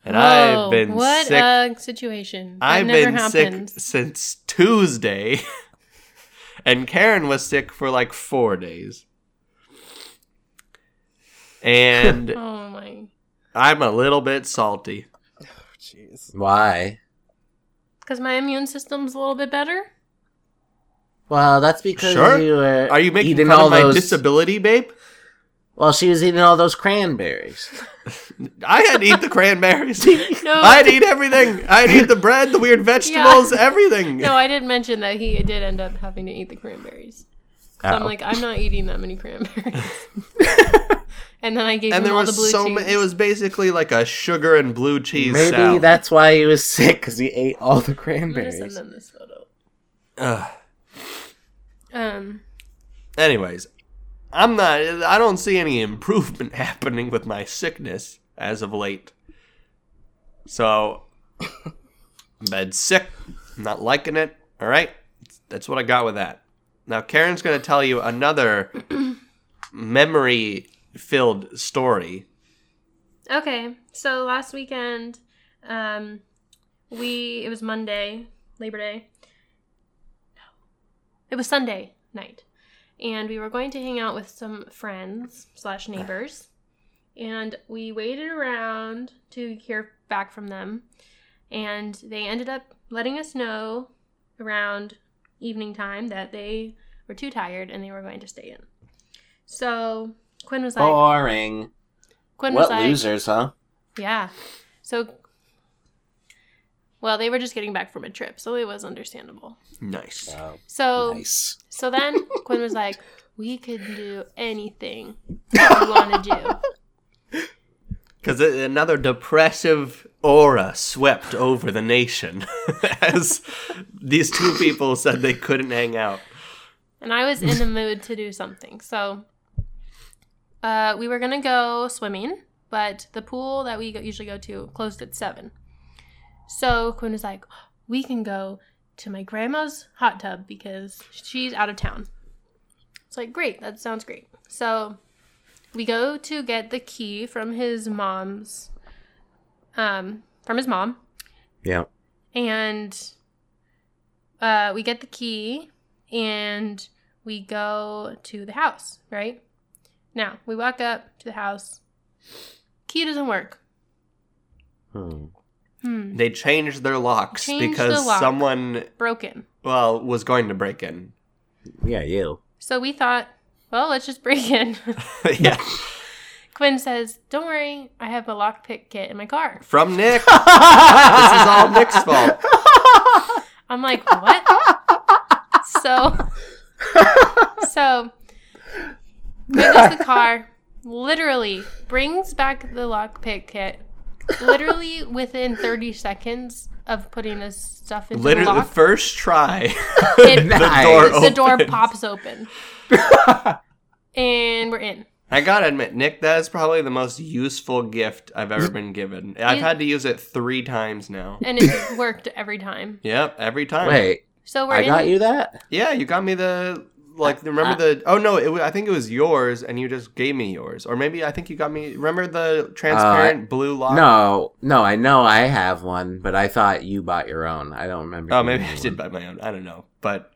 S2: And
S3: Whoa,
S2: I've been
S3: what
S2: sick.
S3: a situation. That
S2: I've
S3: never
S2: been
S3: happens.
S2: sick since Tuesday. and Karen was sick for like four days. And
S3: Oh my.
S2: I'm a little bit salty.
S4: Jeez.
S1: Why?
S3: Because my immune system's a little bit better.
S1: Well, that's because
S2: Sure.
S1: you were
S2: Are you making
S1: eating
S2: fun
S1: all
S2: of my
S1: those.
S2: disability, babe?
S1: well, she was eating all those cranberries.
S2: I had to eat the cranberries.
S3: No,
S2: I'd eat everything. I'd eat the bread, the weird vegetables, everything.
S3: no, I did mention that he did end up having to eat the cranberries. So I'm
S1: Oh.
S3: like, I'm not eating that many cranberries. and then I gave
S2: and
S3: him
S2: there
S3: all the blue
S2: was so
S3: cheese.
S2: ma- it was basically like a sugar and blue cheese
S1: Maybe
S2: salad.
S1: that's why he was sick because he ate all the
S3: I'm gonna send
S1: cranberries.
S3: them this photo.
S2: Ugh.
S3: Um,
S2: Anyways, I'm not. I don't see any improvement happening with my sickness as of late. So, bed sick, not liking it. All right, that's what I got with that. Now Karen's going to tell you another memory-filled story.
S3: okay, so last weekend, um, we it was Monday, Labor Day. No, it was Sunday night, and we were going to hang out with some friends slash neighbors, and we waited around to hear back from them, and they ended up letting us know around evening time that they were too tired and they were going to stay in. So Quinn was like,
S1: Boring.
S3: Quinn
S1: Oh,
S3: was
S1: uh, What
S3: like,
S1: losers, huh?
S3: Yeah. So, well, they were just getting back from a trip, so it was understandable.
S2: Nice.
S1: Oh,
S3: So,
S1: nice.
S3: so then Quinn was like, "We could do anything you want to do."
S2: Because another depressive aura swept over the nation as these two people said they couldn't hang out.
S3: and I was in the mood to do something. So uh, we were gonna go swimming, but the pool that we go- usually go to closed at seven. So Quinn was like, "We can go to my grandma's hot tub because she's out of town." It's like, great, that sounds great. So we go to get the key from his mom's, um, from his mom,
S1: Yeah.
S3: and uh, we get the key and we go to the house, right? Now we walk up to the house. Key doesn't work.
S1: Hmm.
S3: Hmm,
S2: They changed their locks
S3: Changed
S2: because
S3: the lock.
S2: someone,
S3: broken.
S2: well, was going to break in.
S1: Yeah, you.
S3: So we thought, well, let's just break in.
S2: yeah.
S3: Quinn says, "Don't worry, I have a lockpick kit in my car."
S2: From Nick.
S1: this is
S2: all Nick's fault.
S3: I'm like, what? so, so, goes the car, literally brings back the lockpick kit, literally within 30 seconds of putting this stuff into the
S2: Literally, the
S3: lock.
S2: first try.
S3: It,
S2: the
S1: Nice.
S2: door
S3: the door
S2: opens.
S3: pops open, and we're in.
S2: I gotta admit, Nick, that is probably the most useful gift I've ever been given. I've
S3: You-
S2: had to use it three times now.
S3: And it worked every time.
S2: Yep, every time.
S1: Wait,
S3: So we're
S1: I
S3: in.
S1: got you that?
S2: Yeah, you got me the like. Remember the? Oh no, it, wa- I think it was yours, and you just gave me yours, or maybe I think you got me. Remember the transparent blue
S1: Uh,
S2: lock?
S1: No, no, I know I have one, but I thought you bought your own. I don't remember.
S2: Oh,
S1: you
S2: maybe I
S1: having
S2: did
S1: one.
S2: buy my own. I don't know, but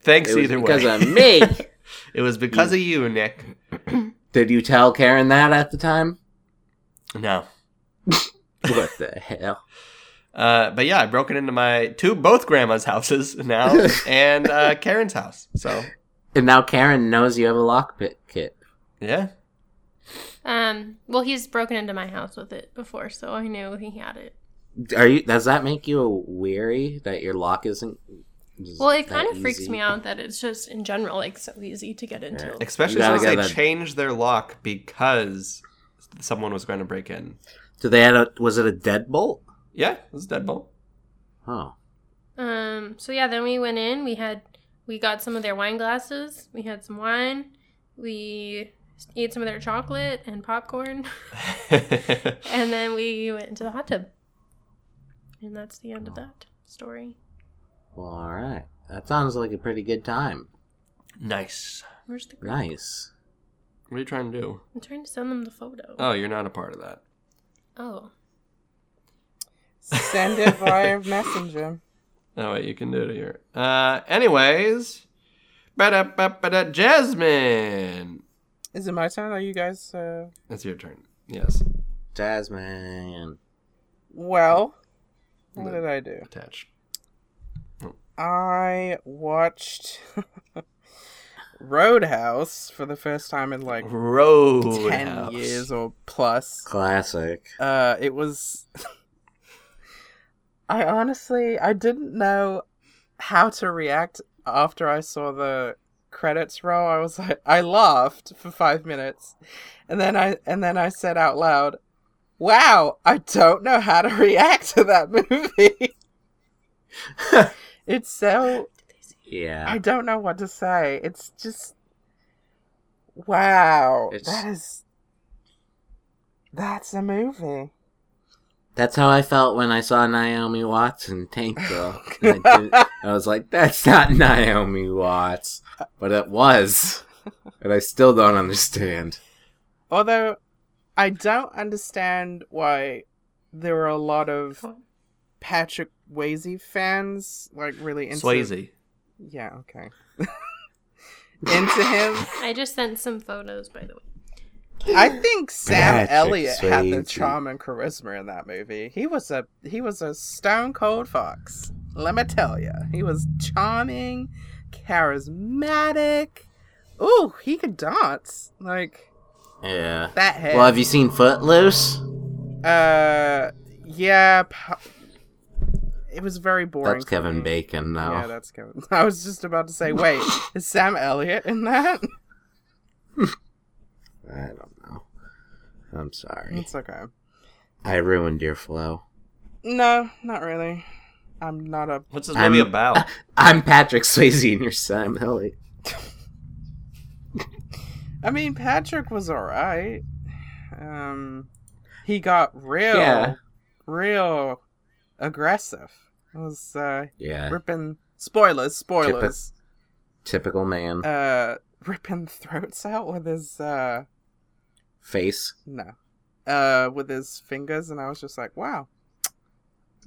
S2: thanks
S1: It was
S2: either
S1: because
S2: way.
S1: of me.
S2: it was because of you, Nick.
S1: Did you tell Karen that at the time?
S2: No.
S1: What the hell?
S2: Uh, but yeah, I've broken into my two both grandma's houses now and uh, Karen's house. So
S1: And now Karen knows you have a lockpick kit.
S2: yeah,
S3: Um, well, he's broken into my house with it before, so I knew he had it.
S1: Are you? Does that make you weary that your lock isn't?
S3: Well, it kind of freaks me out that it's just in general like so easy to get into.
S1: Yeah. You
S2: especially
S1: gotta
S2: since they
S1: get that-
S2: changed their lock because someone was going to break in.
S1: Do they had a? Was it a deadbolt?
S2: Yeah, it was deadbolt.
S1: Oh,
S3: Um. So yeah, then we went in. We had we got some of their wine glasses. We had some wine. We ate some of their chocolate and popcorn, and then we went into the hot tub. And that's the end of that story.
S1: well, all right. That sounds like a pretty good time.
S2: nice.
S3: Where's the? Green?
S1: Nice.
S2: What are you trying to do?
S3: I'm trying to send them the photo.
S2: Oh, you're not a part of that.
S3: oh.
S4: Send it via messenger.
S2: Oh wait, you can do it here. Uh, anyways, ba-da-ba-ba-da, Jasmine,
S4: Is it my turn? Are you guys? Uh...
S2: it's your turn. Yes,
S1: Jasmine.
S4: Well, what
S2: No.
S4: did I do?
S2: attach.
S4: I watched Roadhouse for the first time in like
S2: Roadhouse.
S4: ten years or plus.
S1: Classic.
S4: Uh, it was. I honestly, I didn't know how to react after I saw the credits roll. I was like, I laughed for five minutes, and then I and then I said out loud, "Wow, I don't know how to react to that movie." it's so
S1: Yeah.
S4: I don't know what to say. It's just wow.
S1: It's-
S4: That is that's a movie.
S1: That's how I felt when I saw Naomi Watts in Tank Girl. And I, didn't- I was like, that's not Naomi Watts. But it was. And I still don't understand.
S4: Although I don't understand why there were a lot of Patrick Swayze fans like really into
S2: Swayze.
S4: Yeah, okay. into him.
S3: I just sent some photos, by the way.
S4: I think Sam
S1: Patrick
S4: Elliott had the
S1: Swayze.
S4: charm and charisma in that movie. He was a he was a stone cold fox. Let me tell you, he was charming, charismatic. Ooh, he could dance like
S1: Yeah.
S4: that head.
S1: Well, have you seen Footloose?
S4: Uh, yeah. po- It was very boring.
S1: That's
S4: for
S1: Kevin
S4: me.
S1: Bacon now.
S4: Yeah, that's Kevin. I was just about to say, wait, is Sam Elliott in that?
S1: I don't know. I'm sorry.
S4: It's okay.
S1: I ruined your flow.
S4: No, not really. I'm not a
S2: What's this
S1: I'm-
S2: movie about?
S1: I'm Patrick Swayze and your Sam Elliott.
S4: I mean, Patrick was all right. Um, he got real,
S1: Yeah.
S4: real aggressive. It was uh,
S1: Yeah.
S4: ripping spoilers, spoilers.
S1: Typical man.
S4: Uh, ripping throats out with his uh,
S1: Face.
S4: no, uh, with his fingers, and I was just like, wow.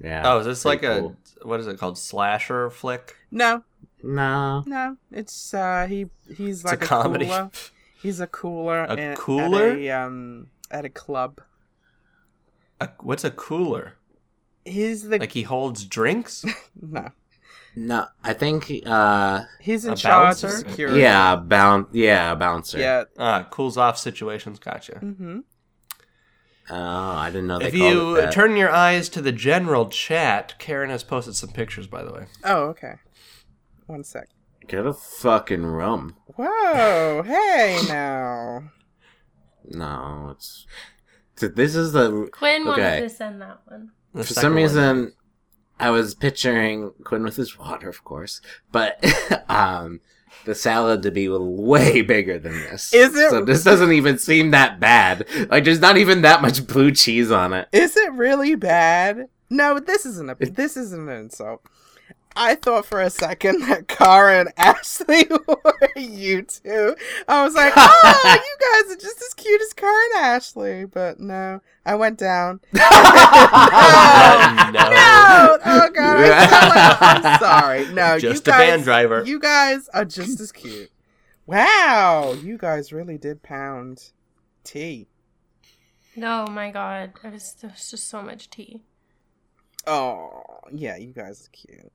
S1: Yeah.
S2: Oh, is this like
S1: pretty
S2: a
S1: cool.
S2: what is it called? Slasher flick?
S4: No,
S1: No.
S4: no, it's uh, he he's
S2: It's
S4: like
S2: a comedy.
S4: Cooler. He's a cooler.
S2: A
S4: in- at
S2: cooler?
S4: a, um, at a club.
S2: A- what's a cooler?
S4: He's the
S2: Like he holds drinks?
S4: no.
S1: No. I think uh
S4: He's in
S2: A
S4: charge of
S2: bouncer?
S4: security.
S1: yeah, boun yeah, bouncer.
S4: Yeah,
S2: Ah, cools off situations. Gotcha.
S4: Mm-hmm.
S1: Oh, I didn't know they
S2: if
S1: called it
S2: you
S1: that.
S2: turn your eyes to the general chat, Karen has posted some pictures, by the way.
S4: Oh, okay. One sec.
S1: Get a fucking rum.
S4: Whoa! Hey now.
S1: No, it's so this is the
S3: Quinn wanted
S1: Okay.
S3: to send that one.
S2: The
S1: for
S2: second
S1: some
S2: one.
S1: reason I was picturing Quinn with his water, of course, but um the salad to be way bigger than this.
S4: Is it-
S1: So this doesn't even seem that bad. Like there's not even that much blue cheese on it.
S4: Is it really bad? No, this isn't a. This isn't an insult. I thought for a second that Kara and Ashley were you two. I was like, oh, you guys are just as cute as Kara and Ashley. But no, I went down.
S2: But no.
S4: No! Oh, God. I sound like- I'm sorry. No,
S2: Just
S4: Oh, you
S2: a
S4: guys,
S2: van driver.
S4: You guys are just as cute. Wow, you guys really did pound tea.
S3: No, my God, it was, there was just so much tea.
S4: Oh, yeah, you guys are cute.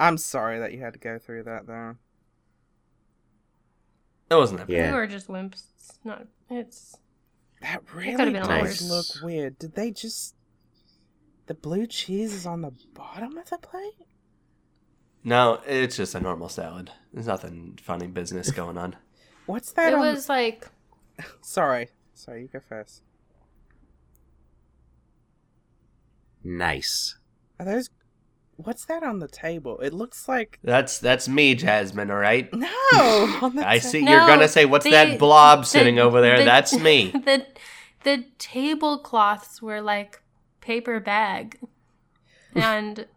S4: I'm sorry that you had to go through that though.
S2: That wasn't that bad.
S1: Yeah.
S3: We were just wimps. It's not. It's
S4: That really
S3: could've been
S4: does
S1: Nice.
S4: look weird. Did they just the blue cheese is on the bottom of the plate?
S2: No, it's just a normal salad. There's nothing funny business going on.
S4: What's that?
S3: it
S4: on...
S3: was like
S4: Sorry, sorry, you go first.
S1: Nice.
S4: Are those? What's that on the table? It looks like
S2: That's that's me, Jasmine. All right.
S4: no. on the
S2: I
S4: ta-
S2: see you're gonna say what's
S3: the-
S2: that blob
S3: the-
S2: sitting over there?
S3: the-
S2: that's me.
S3: The the tablecloths were like paper bag, and
S2: It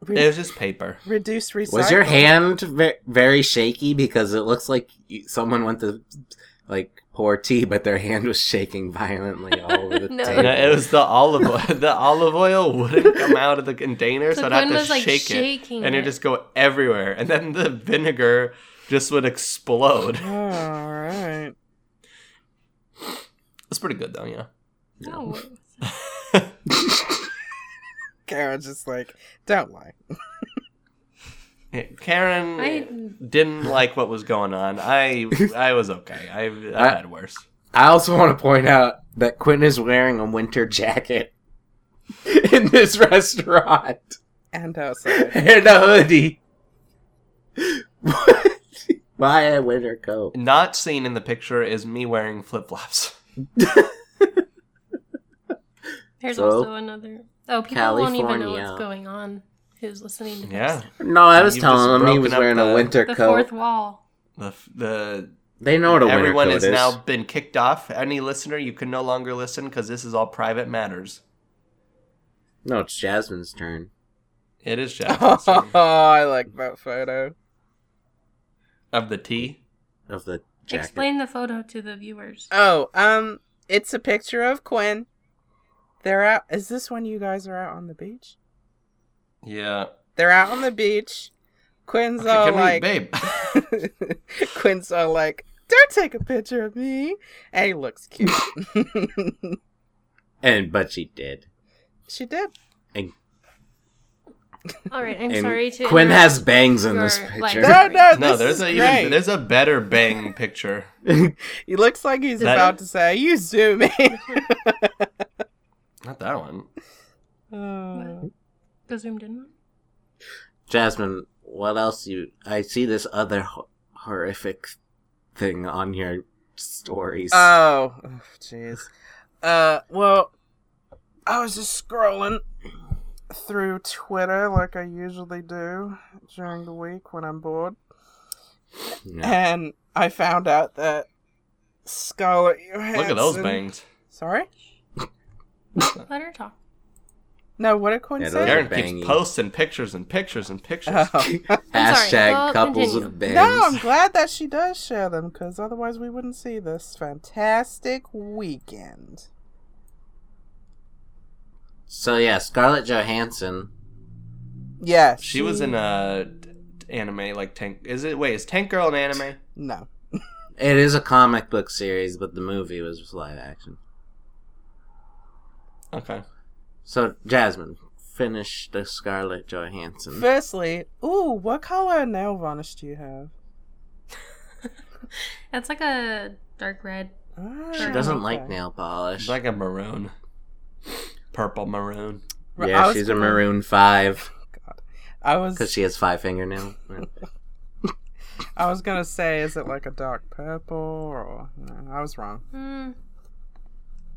S4: Re-
S2: was just paper.
S4: reduced recycle.
S1: Was your hand ve- very shaky because it looks like you, someone went to like pour tea, but their hand was shaking violently all over the
S3: No.
S1: table.
S2: No, it was the olive oil. the olive oil wouldn't come out of the container, so,
S3: So
S2: I'd have
S3: Gwen
S2: to
S3: was, like,
S2: shake it,
S3: shaking
S2: and it
S3: it.
S2: just go everywhere, and then the vinegar just would explode.
S4: All right.
S2: It's pretty good though, yeah.
S3: No.
S4: Kara's just like, don't lie.
S2: Yeah, Karen
S3: I
S2: didn't like what was going on. I I was okay. I I
S1: I-
S2: had worse.
S1: I also want to point out that Quentin is wearing a winter jacket in this restaurant
S4: And outside.
S1: and a hoodie. Why a winter coat?
S2: Not seen in the picture is me wearing flip flops.
S3: there's
S1: So,
S3: also another. Oh, people won't even know
S1: California.
S3: what's going on. Who's listening to this?
S2: Yeah,
S1: No, I was
S2: You've just
S1: telling him he
S2: broken
S1: was
S2: up
S1: wearing
S2: the-
S1: a winter
S3: The
S1: coat.
S3: fourth wall.
S2: the the
S1: They know what a winter
S2: everyone
S1: coat
S2: has
S1: is.
S2: now been kicked off. Any listener, you can no longer listen because this is all private matters.
S1: No, it's Jasmine's turn.
S2: It is Jackson's
S4: oh,
S2: turn.
S4: I like that photo.
S2: of the tea.
S1: Of the jacket.
S3: Explain the photo to the viewers.
S4: Oh, um, it's a picture of Quinn. They're out. Is this when you guys are out on the beach?
S2: Yeah.
S4: They're out on the beach. Quinn's
S2: Okay,
S4: all
S2: can we-
S4: like,
S2: babe.
S4: Quinn's all like, don't take a picture of me. And he looks cute.
S1: And but she did.
S4: she did.
S3: All right, I'm
S1: and
S3: sorry to.
S1: Quinn
S3: interrupt.
S1: has bangs in this
S3: your, like-
S1: picture.
S4: No, no,
S2: no,
S4: this
S2: there's
S4: is
S2: a
S4: great.
S2: even, there's a better bang picture.
S4: He looks like he's
S2: That-
S4: about to say, "You zoom in."
S2: Not that one.
S4: Oh.
S3: Go zoomed in. one.
S1: Jasmine, what else you? I see this other ho- horrific thing on your stories.
S4: Oh, oh, jeez. Uh, well, I was just scrolling through Twitter like I usually do during the week when I'm bored,
S1: Yeah.
S4: and I found out that Scarlett Johansson.
S2: Look at those bangs.
S4: Sorry.
S3: Let her talk.
S4: No, what did Quinn
S1: Yeah,
S4: say?
S1: those are-
S2: Aaron keeps
S1: Bangy.
S2: posting pictures and pictures and pictures.
S4: Oh.
S3: I'm sorry,
S1: Hashtag
S3: well,
S1: couples
S3: continue.
S1: with bangs.
S4: No, I'm glad that she does share them because otherwise we wouldn't see this fantastic weekend.
S1: So yeah, Scarlett Johansson.
S4: Yes,
S2: She was in a t- t- anime like Tank. Is it? Wait, is Tank Girl an anime?
S4: no.
S1: It is a comic book series, but the movie was just live action.
S2: Okay.
S1: So Jasmine, finish the Scarlett Johansson.
S4: Firstly, ooh, what color nail varnish do you have?
S3: That's like a dark red.
S4: Ah,
S1: she doesn't like
S4: okay.
S1: nail polish.
S2: It's like a maroon, purple maroon.
S4: Right, I
S1: yeah,
S4: was
S1: she's a
S4: gonna-
S1: maroon five
S4: I was
S1: because she has five fingernails.
S4: I was gonna say, is it like a dark purple or no, I was wrong.
S3: Mm.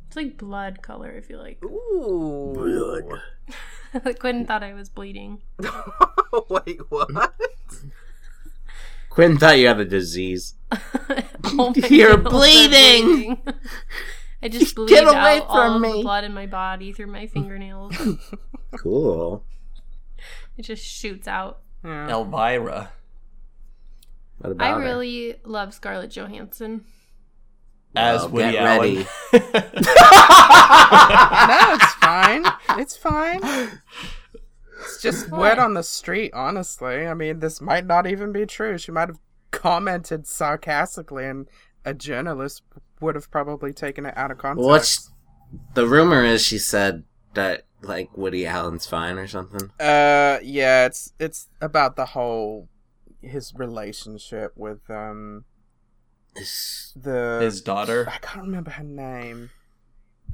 S3: It's like blood color. I feel like
S4: Ooh,
S3: Quinn thought I was bleeding.
S4: Wait, what?
S1: Quinn thought you had a disease.
S3: Oh my
S1: You're
S3: nails are
S1: bleeding!
S3: I just bleed
S1: Get away
S3: out
S1: from
S3: all of
S1: me.
S3: the blood in my body through my fingernails.
S1: Cool.
S3: it just shoots out.
S4: Yeah.
S2: Elvira.
S1: What about
S3: I
S1: her?
S3: really love Scarlett Johansson.
S2: As
S1: Well,
S2: Woody
S1: get
S2: Allen.
S1: ready.
S4: no, it's fine. It's fine. It's just word
S3: What?
S4: on the street, honestly. I mean, this might not even be true. She might have commented sarcastically, and a journalist would have probably taken it out of context.
S1: What's the rumor is she said that like Woody Allen's fine or something.
S4: Uh, yeah, it's it's about the whole his relationship with um
S1: It's-
S4: the
S2: His daughter.
S4: I can't remember her name.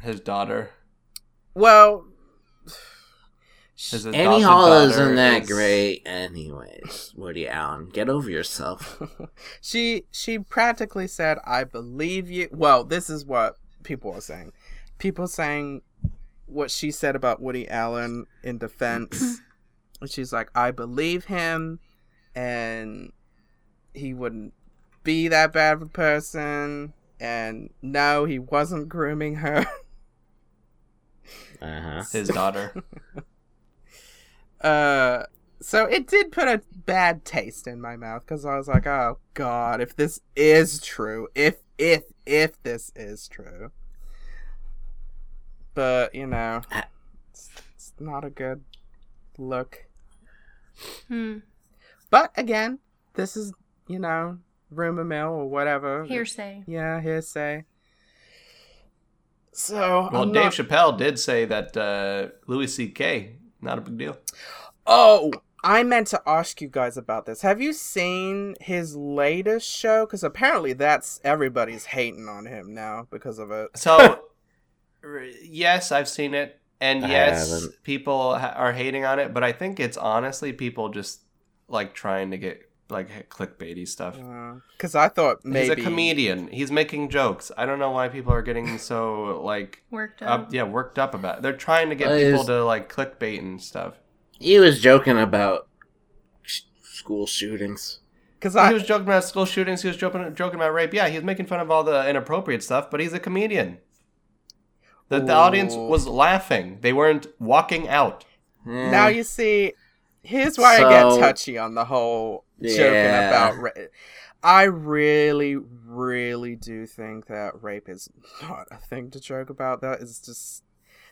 S2: His daughter.
S4: Well,
S2: His
S1: Annie
S2: adopted
S1: Hall isn't
S2: daughter
S1: that
S2: is-
S1: great, anyways. Woody Allen, get over yourself.
S4: she she practically said, "I believe you." Well, this is what people are saying. People saying what she said about Woody Allen in defense. and she's like, "I believe him, and he wouldn't be that bad of a person." And no, he wasn't grooming her.
S1: Uh huh.
S2: His daughter.
S4: Uh, so it did put a bad taste in my mouth because I was like, oh god, if this is true, if if if this is true. But you know,
S1: Ah.
S4: it's, it's not a good look.
S3: Hmm.
S4: But again, this is you know rumor mill or whatever.
S3: Hearsay.
S4: Yeah, hearsay. So
S2: Well,
S4: I'm
S2: Dave
S4: not-
S2: Chappelle did say that uh, Louis C.K. not a big deal.
S4: Oh, I meant to ask you guys about this. Have you seen his latest show? Because apparently that's everybody's hating on him now because of it.
S2: So, r- yes, I've seen it, and
S1: I
S2: yes,
S1: haven't.
S2: people ha- are hating on it. But I think it's honestly people just like trying to get like h- clickbaity stuff.
S1: Mm,
S4: Because Uh, I thought maybe
S2: He's a comedian. He's making jokes. I don't know why people are getting so like
S3: Worked
S2: up,
S3: up.
S2: yeah, worked up about. It. They're trying to get
S1: Well,
S2: people
S1: it's-
S2: to like clickbait and stuff.
S1: He was joking about sh- school shootings.
S4: Because
S2: he
S4: I
S2: was joking about school shootings. He was joking, joking about rape. Yeah, he was making fun of all the inappropriate stuff, but he's a comedian. The, the audience
S4: Ooh.
S2: was laughing. They weren't walking out.
S1: Yeah.
S4: now
S2: Mm.
S4: you see. Here's why I get
S1: So-
S4: touchy on the whole
S1: Yeah.
S4: joking about rape. I really, really do think that rape is not a thing to joke about. That is just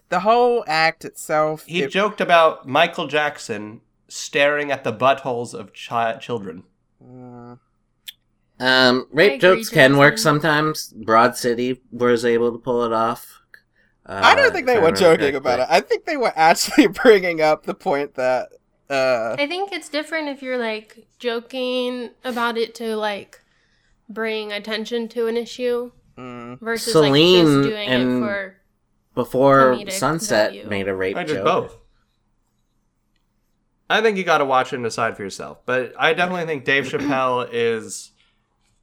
S4: the whole act itself.
S2: He
S4: it-
S2: joked about Michael Jackson staring at the buttholes of chi- children.
S4: Mm.
S1: Um,
S3: I
S1: rape
S3: agree,
S1: jokes can work
S3: Jason.
S1: sometimes. Broad City was able to pull it off. Uh,
S4: I don't
S1: if
S4: think they
S1: I
S4: were
S1: remember
S4: joking about
S1: correctly.
S4: it. I think they were actually bringing up the point that uh
S3: I think it's different if you're like joking about it to like bring attention to an issue
S4: mm,
S3: versus like
S1: Celine
S3: just doing
S1: and-
S3: it for
S1: Before
S3: Comedic
S1: Sunset
S3: value.
S1: made a rape
S2: I did
S1: joke.
S2: both. I think you got to watch it and decide for yourself. But I definitely think Dave Chappelle is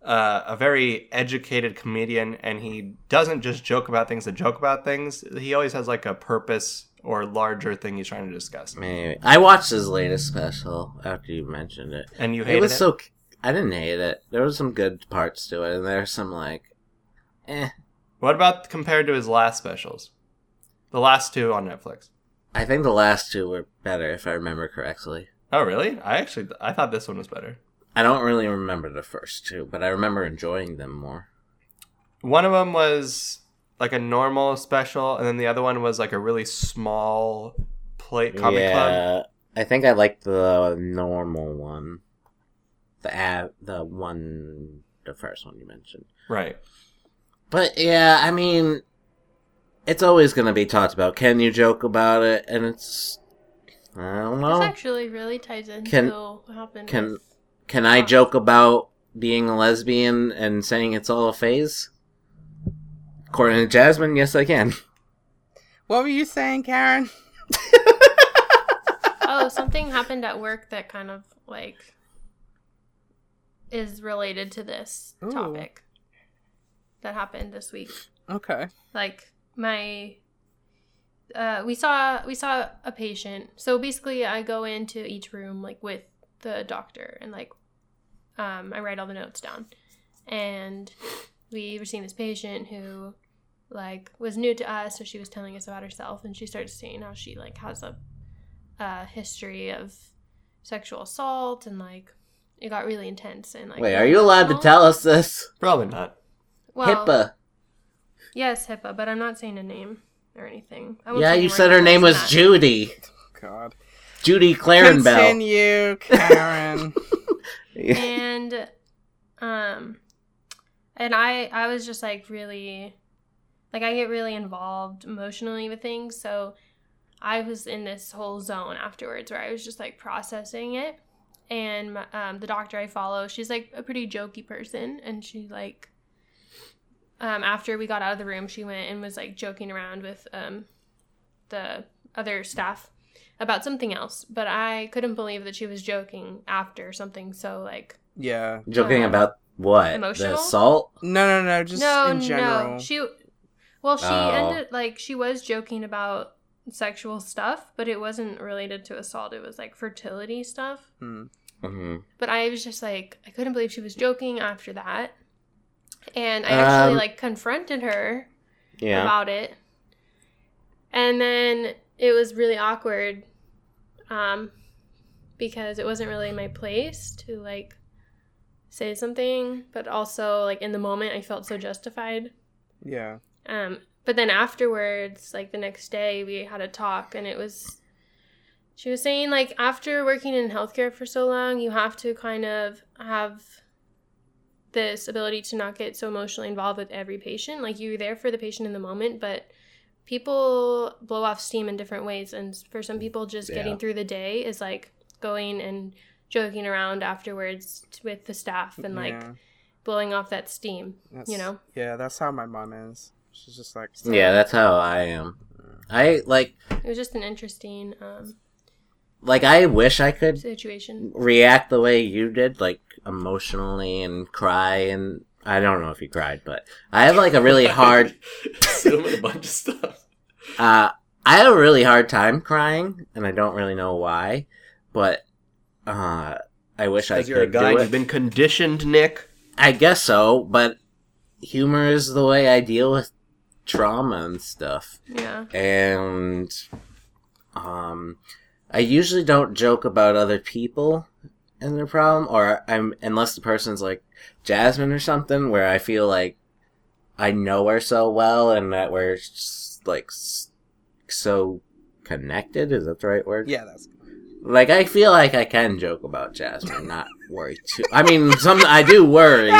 S2: uh, a very educated comedian, and he doesn't just joke about things to joke about things. He always has like a purpose or larger thing he's trying to discuss.
S1: Maybe. I watched his latest special after you mentioned it.
S2: And you hated
S1: It
S2: it.
S1: was so. I didn't hate it. There was some good parts to it, and there's some like, eh.
S2: what about compared to his last specials? The last two on Netflix.
S1: I think the last two were better, if I remember correctly.
S2: Oh, really? I actually I thought this one was better.
S1: I don't really remember the first two, but I remember enjoying them more.
S2: One of them was like a normal special, and then the other one was like a really small plate comic club.
S1: I think I liked the normal one, the ab, the one, the first one you mentioned.
S2: Right.
S1: But yeah, I mean, it's always gonna be talked about. Can you joke about it? And it's, I don't know.
S3: this actually really ties into
S1: Can-
S3: what happened.
S1: can-
S3: with-
S1: Can I
S3: Huh.
S1: joke about being a lesbian and saying it's all a phase? According to Jasmine, yes, I can.
S4: what were you saying, Karen?
S3: oh, something happened at work that kind of like is related to this
S4: Ooh.
S3: topic that happened this week.
S4: Okay.
S3: like my uh we saw we saw a patient so basically i go into each room like with the doctor and like um i write all the notes down and we were seeing this patient who like was new to us so she was telling us about herself and she starts saying how she like has a uh, history of sexual assault and like it got really intense and like
S1: Wait, are you allowed to
S3: emotional.
S1: tell us this?
S2: Probably not.
S3: well,
S1: HIPAA.
S3: Yes, HIPAA, but I'm not saying a name or anything. I won't
S1: Yeah,
S3: say
S1: you
S3: more
S1: said her
S3: details
S1: name
S3: than
S1: was
S3: that.
S1: Judy.
S4: God.
S1: Judy Clarenbell.
S4: Continue, Karen.
S3: And um and I I was just like really like I get really involved emotionally with things, so I was in this whole zone afterwards where I was just like processing it. And my- um, the doctor I follow, she's like a pretty jokey person, and she like um, after we got out of the room, she went and was like joking around with um, the other staff about something else. But I couldn't believe that she was joking after something so like
S4: yeah.
S1: Joking
S3: Uh,
S1: about what? The
S3: emotional?
S1: assault?
S4: No, no, no. Just in general.
S3: she well, she
S1: Oh.
S3: ended like she was joking about sexual stuff, but it wasn't related to assault. It was like fertility stuff.
S4: Hmm.
S1: hmm
S3: But I was just like, I couldn't believe she was joking after that. And I actually
S1: Um,
S3: like confronted her
S1: Yeah.
S3: about it. And then it was really awkward um, because it wasn't really my place to like say something, but also like in the moment I felt so justified.
S4: Yeah.
S3: Um, but then afterwards, like the next day, we had a talk, and it was. She was saying, like, after working in healthcare for so long, you have to kind of have this ability to not get so emotionally involved with every patient. Like, you're there for the patient in the moment, but people blow off steam in different ways. And for some people, just
S1: Yeah.
S3: getting through the day is like going and joking around afterwards t- with the staff and like
S4: yeah.
S3: blowing off that steam,
S4: That's,
S3: you know?
S4: Yeah, that's how my mom is. She's just like,
S3: So-
S1: Yeah, that's how I am. I like
S3: It was just an interesting um,
S1: like I wish I could
S3: situation.
S1: react the way you did, like emotionally and cry and I don't know if you cried, but I have like a really hard
S2: Assume a bunch of stuff.
S1: uh I have a really hard time crying and I don't really know why, but uh I wish I could
S2: Because you're a guy,
S1: do
S2: you've
S1: it.
S2: been conditioned, Nick.
S1: I guess so, but humor is the way I deal with trauma and stuff.
S3: Yeah.
S1: and um, I usually don't joke about other people and their problem, or I'm unless the person's like Jasmine or something, where I feel like I know her so well and that we're s- like s- so connected. Is that the right word?
S4: yeah, that's
S1: Like I feel like I can joke about Jasmine, not worry too. I mean, some I do worry.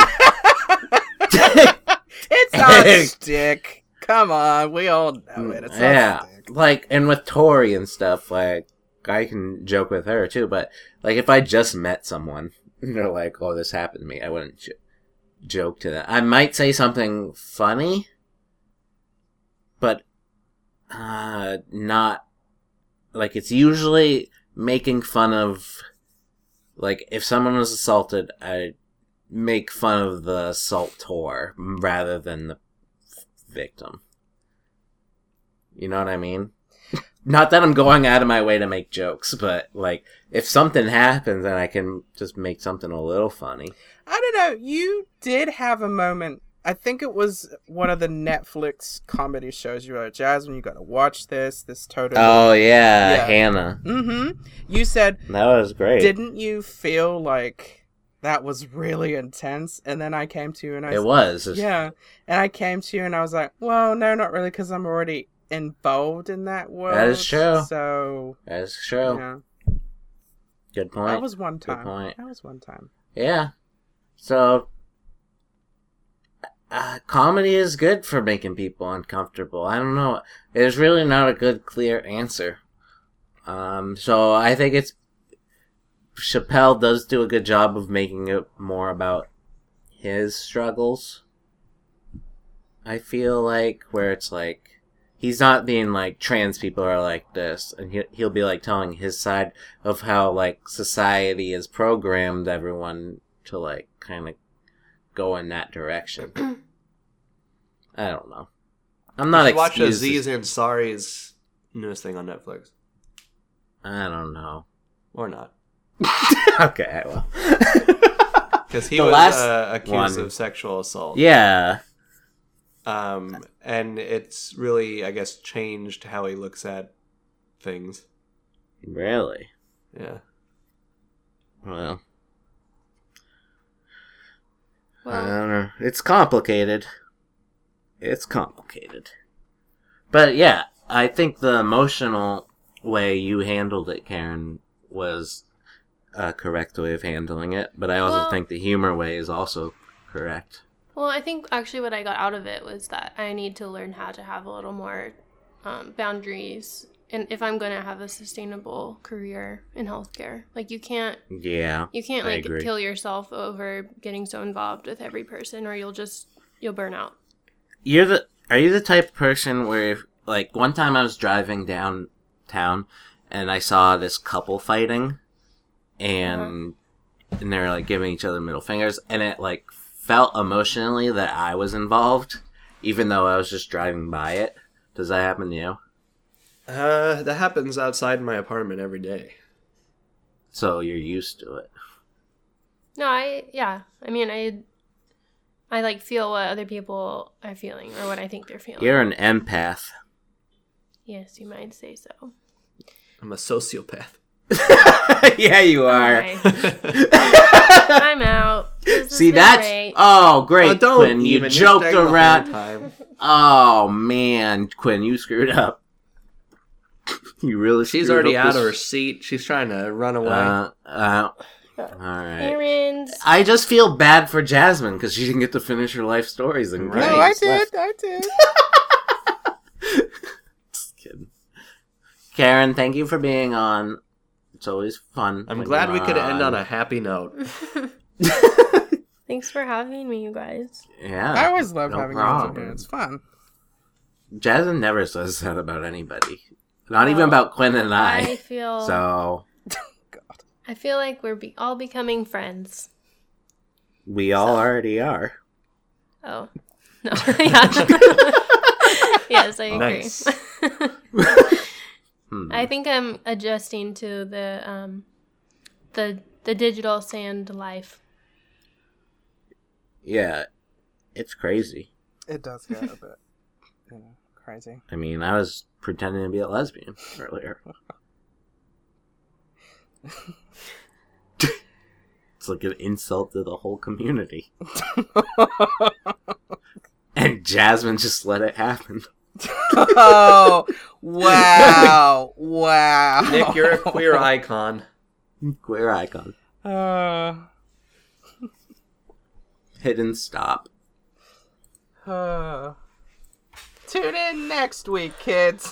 S4: it's not a stick. Come on, we all know it. It's not
S1: yeah,
S4: a stick.
S1: like and with Tori and stuff, like I can joke with her too. But like if I just met someone and they're like, "Oh, this happened to me," I wouldn't j- joke to them. I might say something funny, but uh, not like it's usually making fun of. Like if someone was assaulted, I make fun of the assaultor rather than the victim. You know what I mean? Not that I'm going out of my way to make jokes, but like if something happens, then I can just make something a little funny.
S4: I don't know. You did have a moment. I think it was one of the Netflix comedy shows. You were like, Jasmine, you got to watch this. This total.
S1: Oh yeah,
S4: Yeah.
S1: Hannah,
S4: Mm-hmm. You said,
S1: that was great.
S4: didn't you feel like that was really intense? And then I came to you and I
S1: it was. It's-
S4: Yeah. And I came to you and I was like, well, no, not really, because I'm already involved in that world.
S1: That is true.
S4: So,
S1: that's true.
S4: yeah.
S1: Good
S4: That
S1: point.
S4: was one
S1: Good
S4: time.
S1: point.
S4: That was one time.
S1: Yeah. So, uh, comedy is good for making people uncomfortable. I don't know. There's really not a good, clear answer. Um, so I think it's Chappelle does do a good job of making it more about his struggles. I feel like where it's like he's not being like trans people are like this, and he he'll be like telling his side of how like society has programmed everyone to like kind of go in that direction. I don't know. I'm not
S2: You Watch
S1: excused.
S2: Aziz Ansari's newest thing on Netflix,
S1: I don't know.
S2: or not,
S1: okay, I will.
S2: because he
S1: The
S2: was
S1: last
S2: uh, accused
S1: one.
S2: of sexual assault.
S1: Yeah.
S2: Um, and it's really, I guess, changed how he looks at things.
S1: Really?
S2: Yeah.
S1: Well, I
S3: Well,
S1: don't know. It's complicated. It's complicated. But yeah, I think the emotional way you handled it, Karen, was a correct way of handling it. But I also
S3: Well-
S1: think the humor way is also correct.
S3: well, I think actually what I got out of it was that I need to learn how to have a little more um, boundaries, and if I'm going to have a sustainable career in healthcare, like you can't
S1: Yeah.
S3: you can't
S1: I
S3: like
S1: agree.
S3: kill yourself over getting so involved with every person, or you'll just you'll burn out.
S1: You're the are you the type of person where if- like one time I was driving downtown and I saw this couple fighting and and they were like giving each other middle fingers and it like felt emotionally that I was involved even though I was just driving by it. Does that happen to you?
S2: Uh, that happens outside my apartment every day.
S1: So you're used to it.
S3: No, I yeah. I mean, I I like feel what other people are feeling or what I think they're feeling.
S1: You're an empath.
S3: Yes, you might say so.
S2: I'm a sociopath.
S1: yeah, you are.
S3: Okay. I'm out. This has
S1: See
S3: been
S1: that's
S3: great.
S1: oh great
S2: Uh, don't
S1: Quinn you
S2: even, you're
S1: joked
S2: staying the whole
S1: around
S2: time.
S1: oh man Quinn you screwed up you really
S2: She's
S1: screwed
S2: already
S1: up
S2: out
S1: this-
S2: of her seat. She's trying to run away.
S1: uh, uh, all right
S3: errands.
S1: I just feel bad for Jasmine because she didn't get to finish her life stories and
S2: Right.
S4: No, I
S1: what's
S4: did.
S1: left.
S4: I did.
S1: Just kidding. Karen thank you for being on it's always fun
S2: I'm
S1: when
S2: glad
S1: you're
S2: we could end
S1: on.
S2: on a happy note.
S3: Thanks for having me, you guys.
S1: yeah
S4: I always love
S1: no
S4: having
S1: problem.
S4: you on here. It's fun.
S1: Jasmine never says that about anybody. Not even
S3: Well,
S1: about Quinn and
S3: I
S1: I.
S3: feel
S1: So
S3: I feel like we're be- all becoming friends.
S1: we all already are.
S3: Oh no, yeah. yes, I agree.
S2: Nice.
S1: Hmm.
S3: I think I'm adjusting to the um, the the digital sand life.
S1: yeah. It's crazy.
S4: It does get a bit you know, crazy.
S1: I mean, I was pretending to be a lesbian earlier. it's like an insult to the whole community. and Jasmine just let it happen.
S4: oh wow! Wow.
S2: Nick, you're a queer icon.
S1: Queer icon.
S4: Uh,
S1: Hidden stop.
S4: uh. Tune in next week, kids.